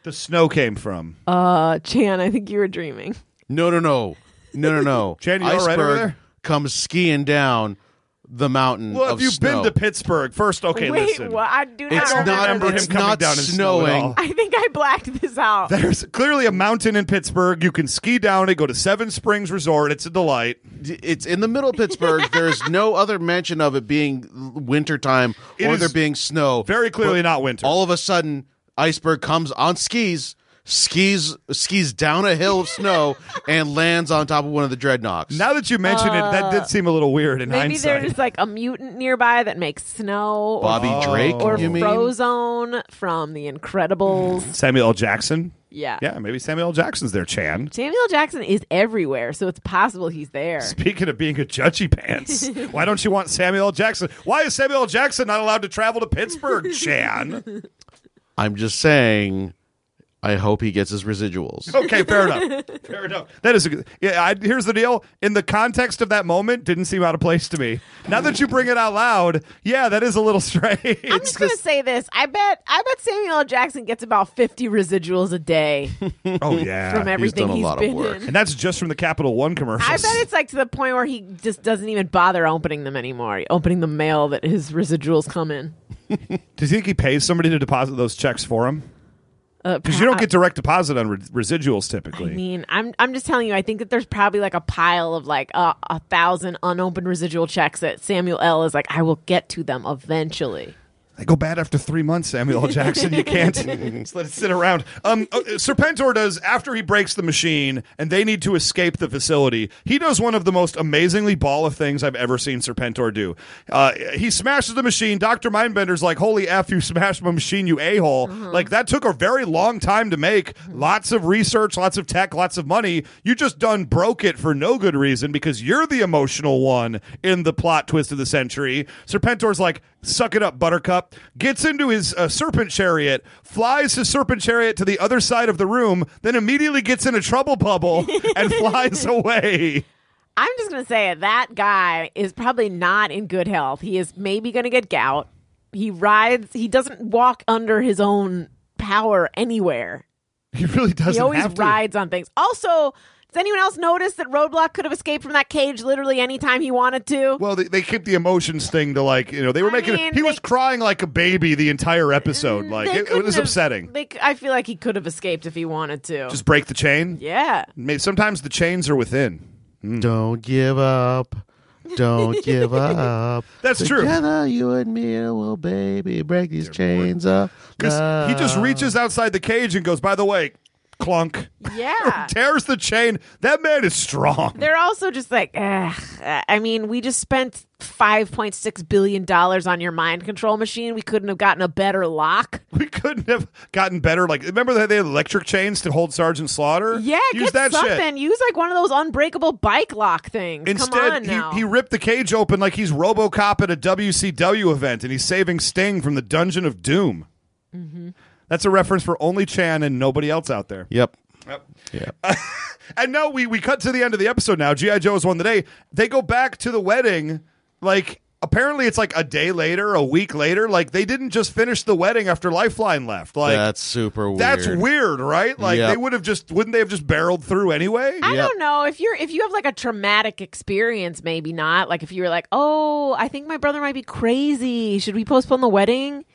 D: the snow came from.
F: Uh, Chan, I think you were dreaming.
E: No, no, no, no, no, no.
D: Jen, you all right
E: Iceberg
D: over there?
E: comes skiing down the mountain.
D: well,
E: of
D: have you
E: snow.
D: been to Pittsburgh first? Okay,
F: Wait,
D: listen.
F: what? I do not
E: It's
F: remember
E: not.
D: remember
F: this.
D: him
E: it's
D: coming
E: not
D: down in snow at all.
E: snowing.
F: I think I blacked this out.
D: There's clearly a mountain in Pittsburgh. You can ski down it. Go to Seven Springs Resort. It's a delight.
E: It's in the middle of Pittsburgh. There's no other mention of it being wintertime
D: It
E: or
D: is
E: there being snow.
D: Very clearly not winter.
E: All of a sudden, iceberg comes on skis, skis, skis down a hill of snow, and lands on top of one of the dreadnoughts.
D: now that you mention it, that did seem a little weird in
F: Maybe
D: hindsight.
F: there's like a mutant nearby that makes snow. or
E: Bobby
D: Oh.
E: Drake,
F: or
E: you mean?
F: Frozone from The Incredibles.
D: Samuel L. Jackson.
F: Yeah.
D: Yeah, maybe Samuel L. Jackson's there, Chan.
F: Samuel L. Jackson is everywhere, so it's possible he's there.
D: Speaking of being a judgy pants, why don't you want Samuel L. Jackson? Why is Samuel L. Jackson not allowed to travel to Pittsburgh, Chan?
E: I'm just saying, I hope he gets his residuals.
D: Okay, fair enough. Fair enough. That is a good. Yeah, I, here's the deal. In the context of that moment, didn't seem out of place to me. Now that you bring it out loud, yeah, that is a little strange.
F: I'm just gonna say this. I bet I bet Samuel L. Jackson gets about fifty residuals a day
D: oh yeah,
F: from everything
E: done a lot of
F: been
E: work.
F: in.
D: and that's just from the Capital One commercials.
F: I bet it's like to the point where he just doesn't even bother opening them anymore. Opening the mail that his residuals come in.
D: Do you think he pays somebody to deposit those checks for him?
F: Uh,
D: Because you don't get direct deposit on re- residuals typically.
F: I mean, I'm I'm just telling you. I think that there's probably like a pile of like uh, a thousand unopened residual checks that Samuel L. is like, I will get to them eventually.
D: They go bad after three months, Samuel L. Jackson. You can't just let it sit around. Um, uh, Serpentor does, after he breaks the machine and they need to escape the facility, he does one of the most amazingly ball of things I've ever seen Serpentor do. Uh, he smashes the machine. Dr. Mindbender's like, Holy F, you smashed my machine, you a hole. Like, that took a very long time to make. Lots of research, lots of tech, lots of money. You just done broke it for no good reason because you're the emotional one in the plot twist of the century. Serpentor's like, suck it up, Buttercup. Gets into his uh, serpent chariot, flies his serpent chariot to the other side of the room, then immediately gets in a trouble bubble and flies away.
F: I'm just gonna say it. That guy is probably not in good health. He is maybe gonna get gout. He rides. He doesn't walk under his own power anywhere.
D: He really doesn't
F: he always
D: have to.
F: rides on things. Also, does anyone else notice that Roadblock could have escaped from that cage literally anytime he wanted to?
D: Well, they, they keep the emotions thing to like you know they were
F: I
D: making
F: mean,
D: he
F: they- Mm,
D: was crying like a baby the entire episode like
F: They
D: it, it
F: couldn't
D: was
F: have-
D: upsetting.
F: They, c- I feel like he could have escaped if he wanted to.
D: Just break the chain.
F: yeah.
D: May- Sometimes the chains are within.
E: Don't give up. Don't give up.
D: That's true.
E: Together, you and me, little baby, break these chains up.
D: Because he just
E: now.
D: reaches outside the cage and goes, by the way, clunk,
F: Yeah.
D: tears the chain. That man is strong.
F: They're also just like, "Ugh, I mean, we just spent $5.6 billion on your mind control machine. We couldn't have gotten a better lock.
D: We couldn't have gotten better. Like, remember that they had electric chains to hold Sergeant Slaughter?
F: Yeah,
D: Use
F: get
D: that
F: something.
D: shit.
F: Use like one of those unbreakable bike lock things. Come on
D: Instead,
F: now.
D: he, he ripped the cage open like he's Robocop at a WCW event and he's saving Sting from the Dungeon of Doom.
F: Mm-hmm.
D: That's a reference for only Chan and nobody else out there.
E: Yep.
D: And now we we cut to the end of the episode. Now GI Joe has won the day. They go back to the wedding. Like apparently it's like a day later, a week later. Like they didn't just finish the wedding after Lifeline left. Like
E: that's super weird.
D: that's weird, right? Like
E: Yep.
D: they would have just wouldn't they have just barreled through anyway?
F: I
E: Yep.
F: don't know if you're if you have like a traumatic experience, maybe not. Like if you were like, oh, I think my brother might be crazy. Should we postpone the wedding?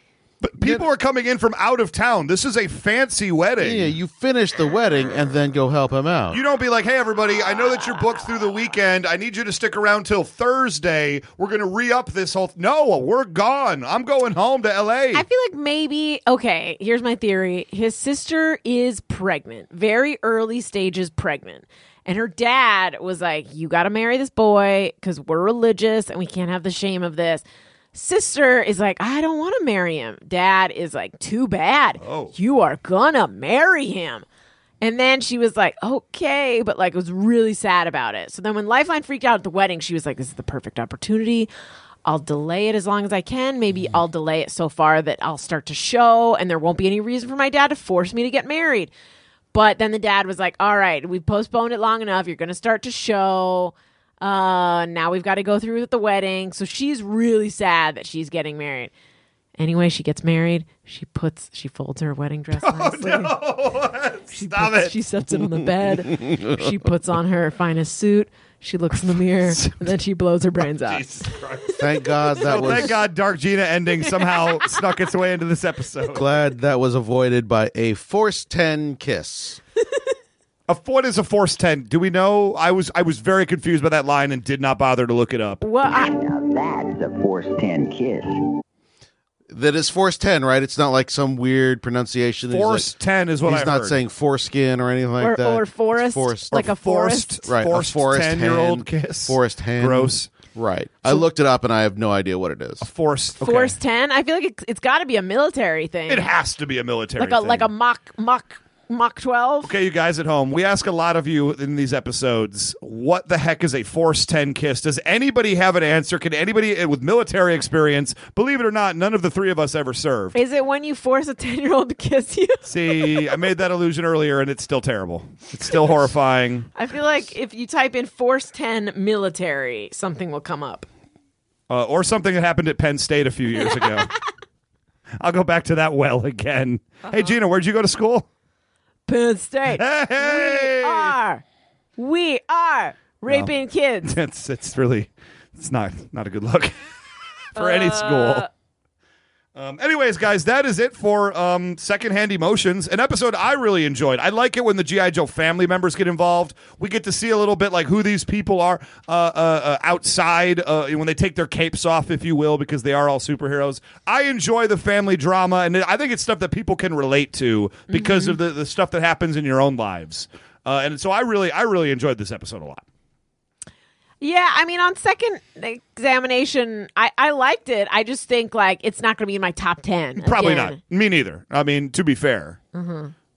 D: But people are coming in from out of town. This is a fancy wedding.
E: Yeah, you finish the wedding and then go help him out.
D: You don't be like, hey, everybody, I know that you're booked through the weekend. I need you to stick around till Thursday. We're going to re up this whole. no, we're gone. I'm going home to LA.
F: I feel like maybe okay, here's my theory. His sister is pregnant, very early stages pregnant. And her dad was like, "You got to marry this boy cuz we're religious and we can't have the shame of this." Sister is like, "I don't want to marry him." Dad is like, "Too bad. You are gonna marry him." And then she was like, okay, but like was really sad about it. So then when Lifeline freaked out at the wedding, she was like, this is the perfect opportunity. I'll delay it as long as I can. Maybe I'll delay it so far that I'll start to show and there won't be any reason for my dad to force me to get married. But then the dad was like, "All right, we've postponed it long enough. You're going to start to show. Uh, now we've got to go through with the wedding." So she's really sad that she's getting married. Anyway, she gets married. She puts she folds her wedding dress. nicely. She
D: Oh, Stop
F: puts-
D: it.
F: She sets it on the bed. she puts on her finest suit. She looks in the mirror and then she blows her brains out.
E: Thank God that was.
D: Thank God, Dark Gina ending somehow snuck its way into this episode.
E: Glad that was avoided by a force ten kiss.
D: A what is a force ten? Do we know? I was I was very confused by that line and did not bother to look it up.
F: Well, I,
J: Now that is a force 10 kiss.
E: That is force ten, right? It's not like some weird pronunciation. He's
D: Force
E: like-
D: ten is what
E: he's
D: I
E: not
D: heard.
E: saying foreskin or anything like
F: or,
E: that.
F: or
E: It's
F: forest,
E: forced.
F: like a forest.
D: forced-
E: right,
D: forced
E: a forest
D: 10-year-old
E: hand,
D: kiss.
E: Forest hand.
D: Gross.
E: Right. I looked it up and I have no idea what it is.
D: Force. okay.
F: Force ten. I feel like it, it's got to be a military thing,
D: It has to be a military.
F: like a like a
D: thing.
F: mock mock mock twelve.
D: Okay, you guys at home, we ask a lot of you in these episodes, what the heck is a Force 10 kiss? Does anybody have an answer? Can anybody eh, with military experience, believe it or not, none of the three of us ever served?
F: Is it when you force a ten year old to kiss you?
D: See, I made that illusion earlier and it's still terrible. It's still horrifying.
F: I feel like if you type in force ten military, something will come up.
D: Uh, or something that happened at Penn State a few years ago. I'll go back to that well again.
F: Uh-huh.
D: Hey, Gina, where'd you go to school?
F: Penn State.
D: Hey!
F: We are. We are raping kids.
D: it's it's really it's not not a good look for any school. Um, anyways, guys, that is it for um, secondhand emotions. An episode I really enjoyed. I like it when the GI Joe family members get involved. We get to see a little bit like who these people are uh, uh, uh, outside uh, when they take their capes off, if you will, because they are all superheroes. I enjoy the family drama, and I think it's stuff that people can relate to because of the, the stuff that happens in your own lives. Uh, and so I really, I really enjoyed this episode a lot.
F: Yeah, I mean, on second examination, I, I liked it. I just think like it's not going to be in my top ten.
D: Probably
F: again.
D: not. Me neither. I mean, to be fair.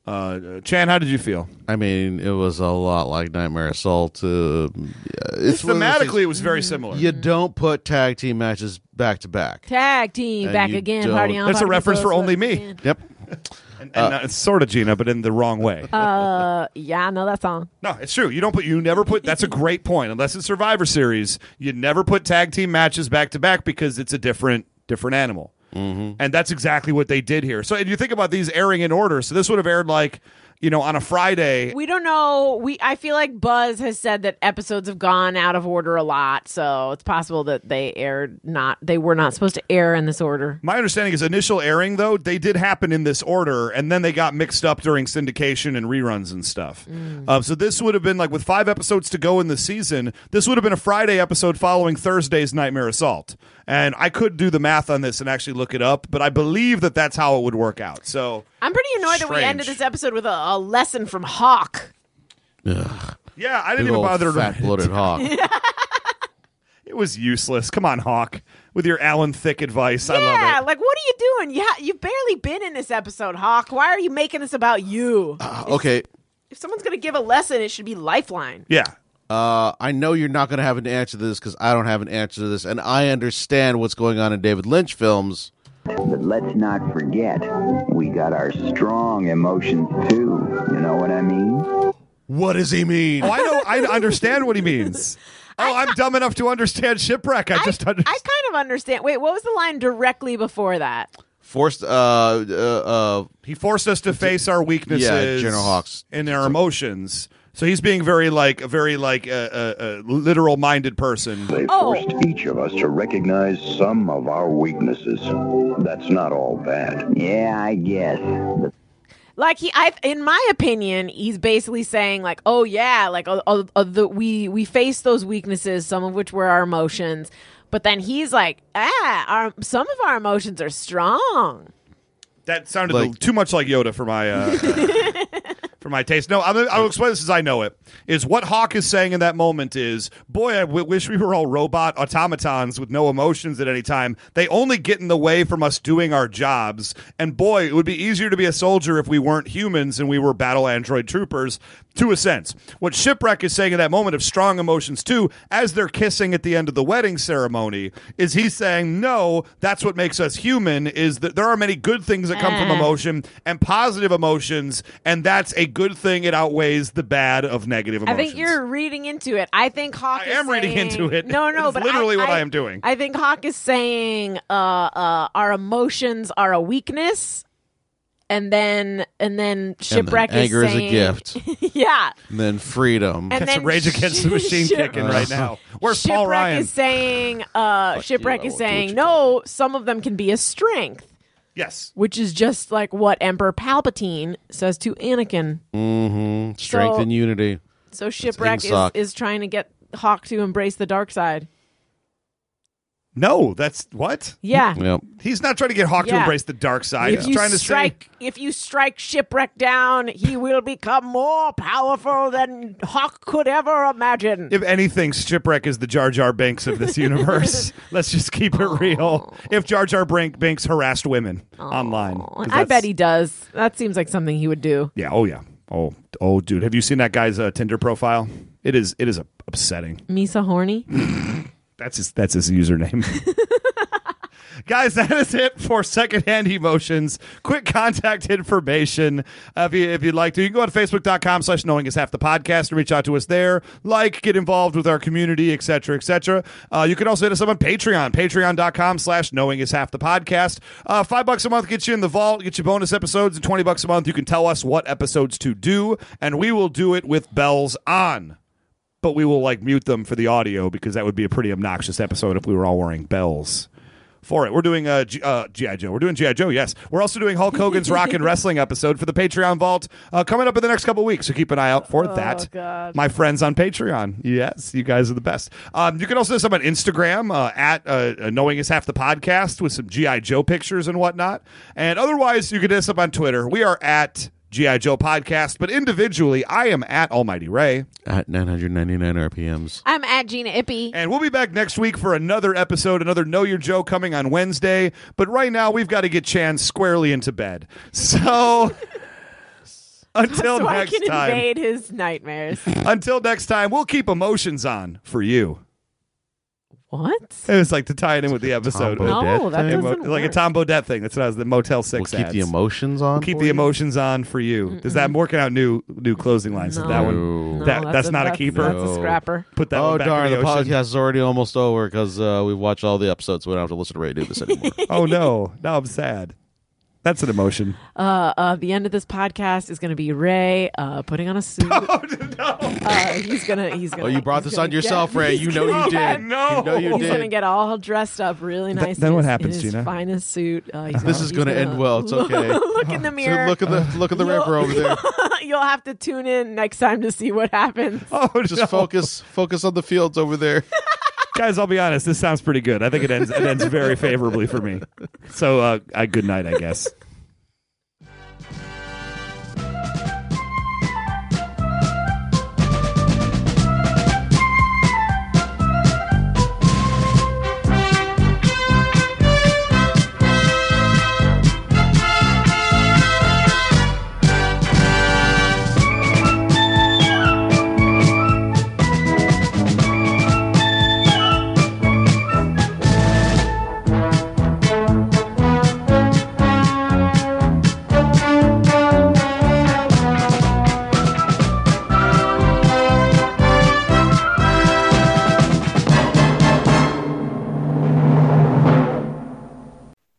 D: Uh, Chan, how did you feel?
E: I mean, it was a lot like Nightmare Assault. Uh, it's one of those
D: Thematically, it was very similar.
E: things- you don't put tag team matches back to back.
F: Tag team
E: And
F: back
E: you
F: again.
E: don't-
F: Party on.
D: That's a
F: party
D: reference
F: goes,
D: for only
F: party
D: me.
F: again.
E: Yep.
D: And, and, uh, it's sort of Gina, but in the wrong way.
F: Uh, yeah, I know that song.
D: no, it's true. You don't put. You never put. That's a great point. Unless it's Survivor Series, you never put tag team matches back to back because it's a different different animal. Mm-hmm. And that's exactly what they did here. So, and you think about these airing in order. So this would have aired like you know on a Friday.
F: We don't know. We I feel like Buzz has said that episodes have gone out of order a lot, so it's possible that they aired not. They were not supposed to air in this order.
D: My understanding is initial airing though they did happen in this order, and then they got mixed up during syndication and reruns and stuff. Uh, so this would have been like with five episodes to go in the season, this would have been a Friday episode following Thursday's Nightmare Assault. And I could do the math on this and actually look it up, but I believe that that's how it would work out. So
F: I'm pretty annoyed that we
D: Strange.
F: ended this episode with a, a lesson from Hawk.
D: yeah, I
E: Big
D: didn't even
E: old
D: bother to
E: fat bloated hawk.
D: It was useless. Come on, Hawk, with your Alan Thick advice. I love it.
F: Yeah, like what are you doing? You ha- you've barely been in this episode, Hawk. Why are you making this about you?
D: Uh.
E: okay.
F: if someone's gonna give a lesson, it should be Lifeline.
D: Yeah.
E: Uh, I know you're not going to have an answer to this because I don't have an answer to this, and I understand what's going on in David Lynch films.
J: But let's not forget, we got our strong emotions too. You know what I mean?
E: What does he mean?
D: Oh, I know. I understand what he means. Oh, I'm dumb enough to understand shipwreck. I just
F: I, I
D: understand.
F: kind of understand. Wait, what was the line directly before that?
E: Forced. Uh, uh, uh,
D: He forced us to face our weaknesses,
E: Yeah, General Hawks.
D: and our emotions. So he's being very like a very like a, uh uh literal minded person.
C: They
F: Oh.
C: forced each of us to recognize some of our weaknesses. That's not all bad.
J: Yeah, I guess. But
F: Like he, I, in my opinion, he's basically saying like, "Oh yeah, like uh, uh, uh, the, we we face those weaknesses, some of which were our emotions." But then he's like, "Ah, our, some of our emotions are strong."
D: That sounded
E: Like-
D: too much like Yoda for my uh, uh, for my taste. No, I'm, I'll explain this as I know it. Is what Hawk is saying in that moment is, boy, I w- wish we were all robot automatons with no emotions at any time. They only get in the way from us doing our jobs. And boy, it would be easier to be a soldier if we weren't humans and we were battle android troopers. to a sense. What Shipwreck is saying in that moment of strong emotions, too, as they're kissing at the end of the wedding ceremony, is he's saying, No, that's what makes us human, is that there are many good things that come from
F: Ah.
D: emotion and positive emotions, and that's a good thing. It outweighs the bad of negative
F: I
D: emotions.
F: think you're reading into it. I think Hawk.
D: I
F: is
D: am reading
F: saying-
D: into it.
F: No, no,
D: It's
F: but
D: literally what I am doing.
F: I think Hawk is saying uh, uh, our emotions are a weakness, and then and then shipwreck
E: and then anger
F: is saying,
E: a gift,
F: yeah,
E: and then freedom.
F: and
D: That's
F: then
D: Rage Against the Machine
F: ship-
D: kicking right now. Where's
F: shipwreck
D: Paul Ryan?
F: is saying uh, shipwreck
E: I
F: is
E: won't do what
F: saying
E: you
F: no. Some of them can be a strength,
D: yes.
F: which is just like what Emperor Palpatine says to Anakin.
E: mm-hmm. Strength
F: So-
E: and unity.
F: So shipwreck is,
E: Ingsoc.
F: is trying to get Hawk to embrace the dark side.
D: No, that's what?
F: Yeah.
E: Yep.
D: He's not trying to get Hawk to
F: Yeah.
D: embrace the dark side.
F: if
D: He's
F: you
D: trying to
F: strike, if you strike shipwreck down, he will become more powerful than Hawk could ever imagine.
D: If anything, Shipwreck is the Jar Jar Binks of this universe. Let's just keep
F: Oh.
D: it real. If Jar Jar Brink, Binks harassed women online, 'Cause
F: I bet
D: that's-
F: he does. That seems like something he would do.
D: Yeah. Oh yeah. Oh oh, dude. Have you seen that guy's uh, Tinder profile? It is it is uh, upsetting.
F: Misa horny.
D: That's his that's his username. Guys, that is it for secondhand emotions. Quick contact information. Uh, if, you, if you'd like to, you can go to facebook.com slash knowing is half the podcast and reach out to us there. Like, get involved with our community, etc., etc. Uh, you can also hit us up on Patreon, patreon.com slash knowing is half the podcast. Uh, five bucks a month gets you in the vault, gets you bonus episodes, and 20 bucks a month, you can tell us what episodes to do, and we will do it with bells on but we will like mute them for the audio because that would be a pretty obnoxious episode if we were all wearing bells for it. We're doing uh, G- uh, GI Joe. We're doing GI Joe. Yes, we're also doing Hulk Hogan's Rock and Wrestling episode for the Patreon Vault uh, coming up in the next couple weeks. So keep an eye out for that,
F: God.
D: my friends on Patreon. Yes, you guys are the best. Um, you can also sub on Instagram uh, at uh, uh, Knowing Is Half the Podcast with some GI Joe pictures and whatnot. And otherwise, you can hit us up on Twitter. We are at GI Joe Podcast, but individually, I am at Almighty Ray.
E: At 999 RPMs.
F: I'm at Gina Ippy.
D: And we'll be back next week for another episode, another Know Your Joe coming on Wednesday. But right now, we've got to get Chan squarely into bed. So until
F: so I
D: next
F: can
D: time,
F: invade his nightmares.
D: until next time, we'll keep emotions on for you.
F: what?
D: It was like to tie it in with the episode,
E: Tom Bodette
F: No, that
E: thing?
F: doesn't-
D: Emo- like a Tom Bodette thing. That's what I was the Motel
E: We'll
D: Six.
E: keep the
D: ads.
E: emotions on.
D: Keep
E: for
D: the
E: you?
D: emotions on for you. Is that I'm working out new new closing lines? Is that one,
F: No,
D: that, that's,
F: a-
D: not a
F: that's-
D: keeper.
F: That's a scrapper.
D: Put that
E: Oh
D: one back
E: darn!
D: in
E: The,
D: the, ocean.
E: podcast is already almost over because uh, we've watched all the episodes. So we don't have to listen to Ray do this anymore.
D: Oh no! Now I'm sad. That's an emotion.
F: Uh, uh, the end of this podcast is going to be Ray uh, putting on a suit. Oh no! Uh, he's gonna. He's gonna.
E: oh, you brought
F: he's
E: this on
F: gonna
E: yourself,
F: get-
E: Ray.
F: he's
E: You know you
F: gonna-
E: did. You know you
F: he's gonna
E: did.
F: get all dressed up, really nice.
D: then
F: in
D: what
F: his-
D: happens,
F: in his
D: Gina?
F: Finest suit. Uh, he's
E: This
F: gonna-
E: is
F: he's
E: gonna end well. It's okay.
F: look in the mirror.
E: So look at the look at the
F: You'll-
E: river over there.
F: You'll have to tune in next time to see what happens.
D: Oh,
E: Just
D: no.
E: focus focus on the fields over there.
D: guys i'll be honest this sounds pretty good i think it ends it ends very favorably for me so uh I, good night i guess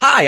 K: Hi,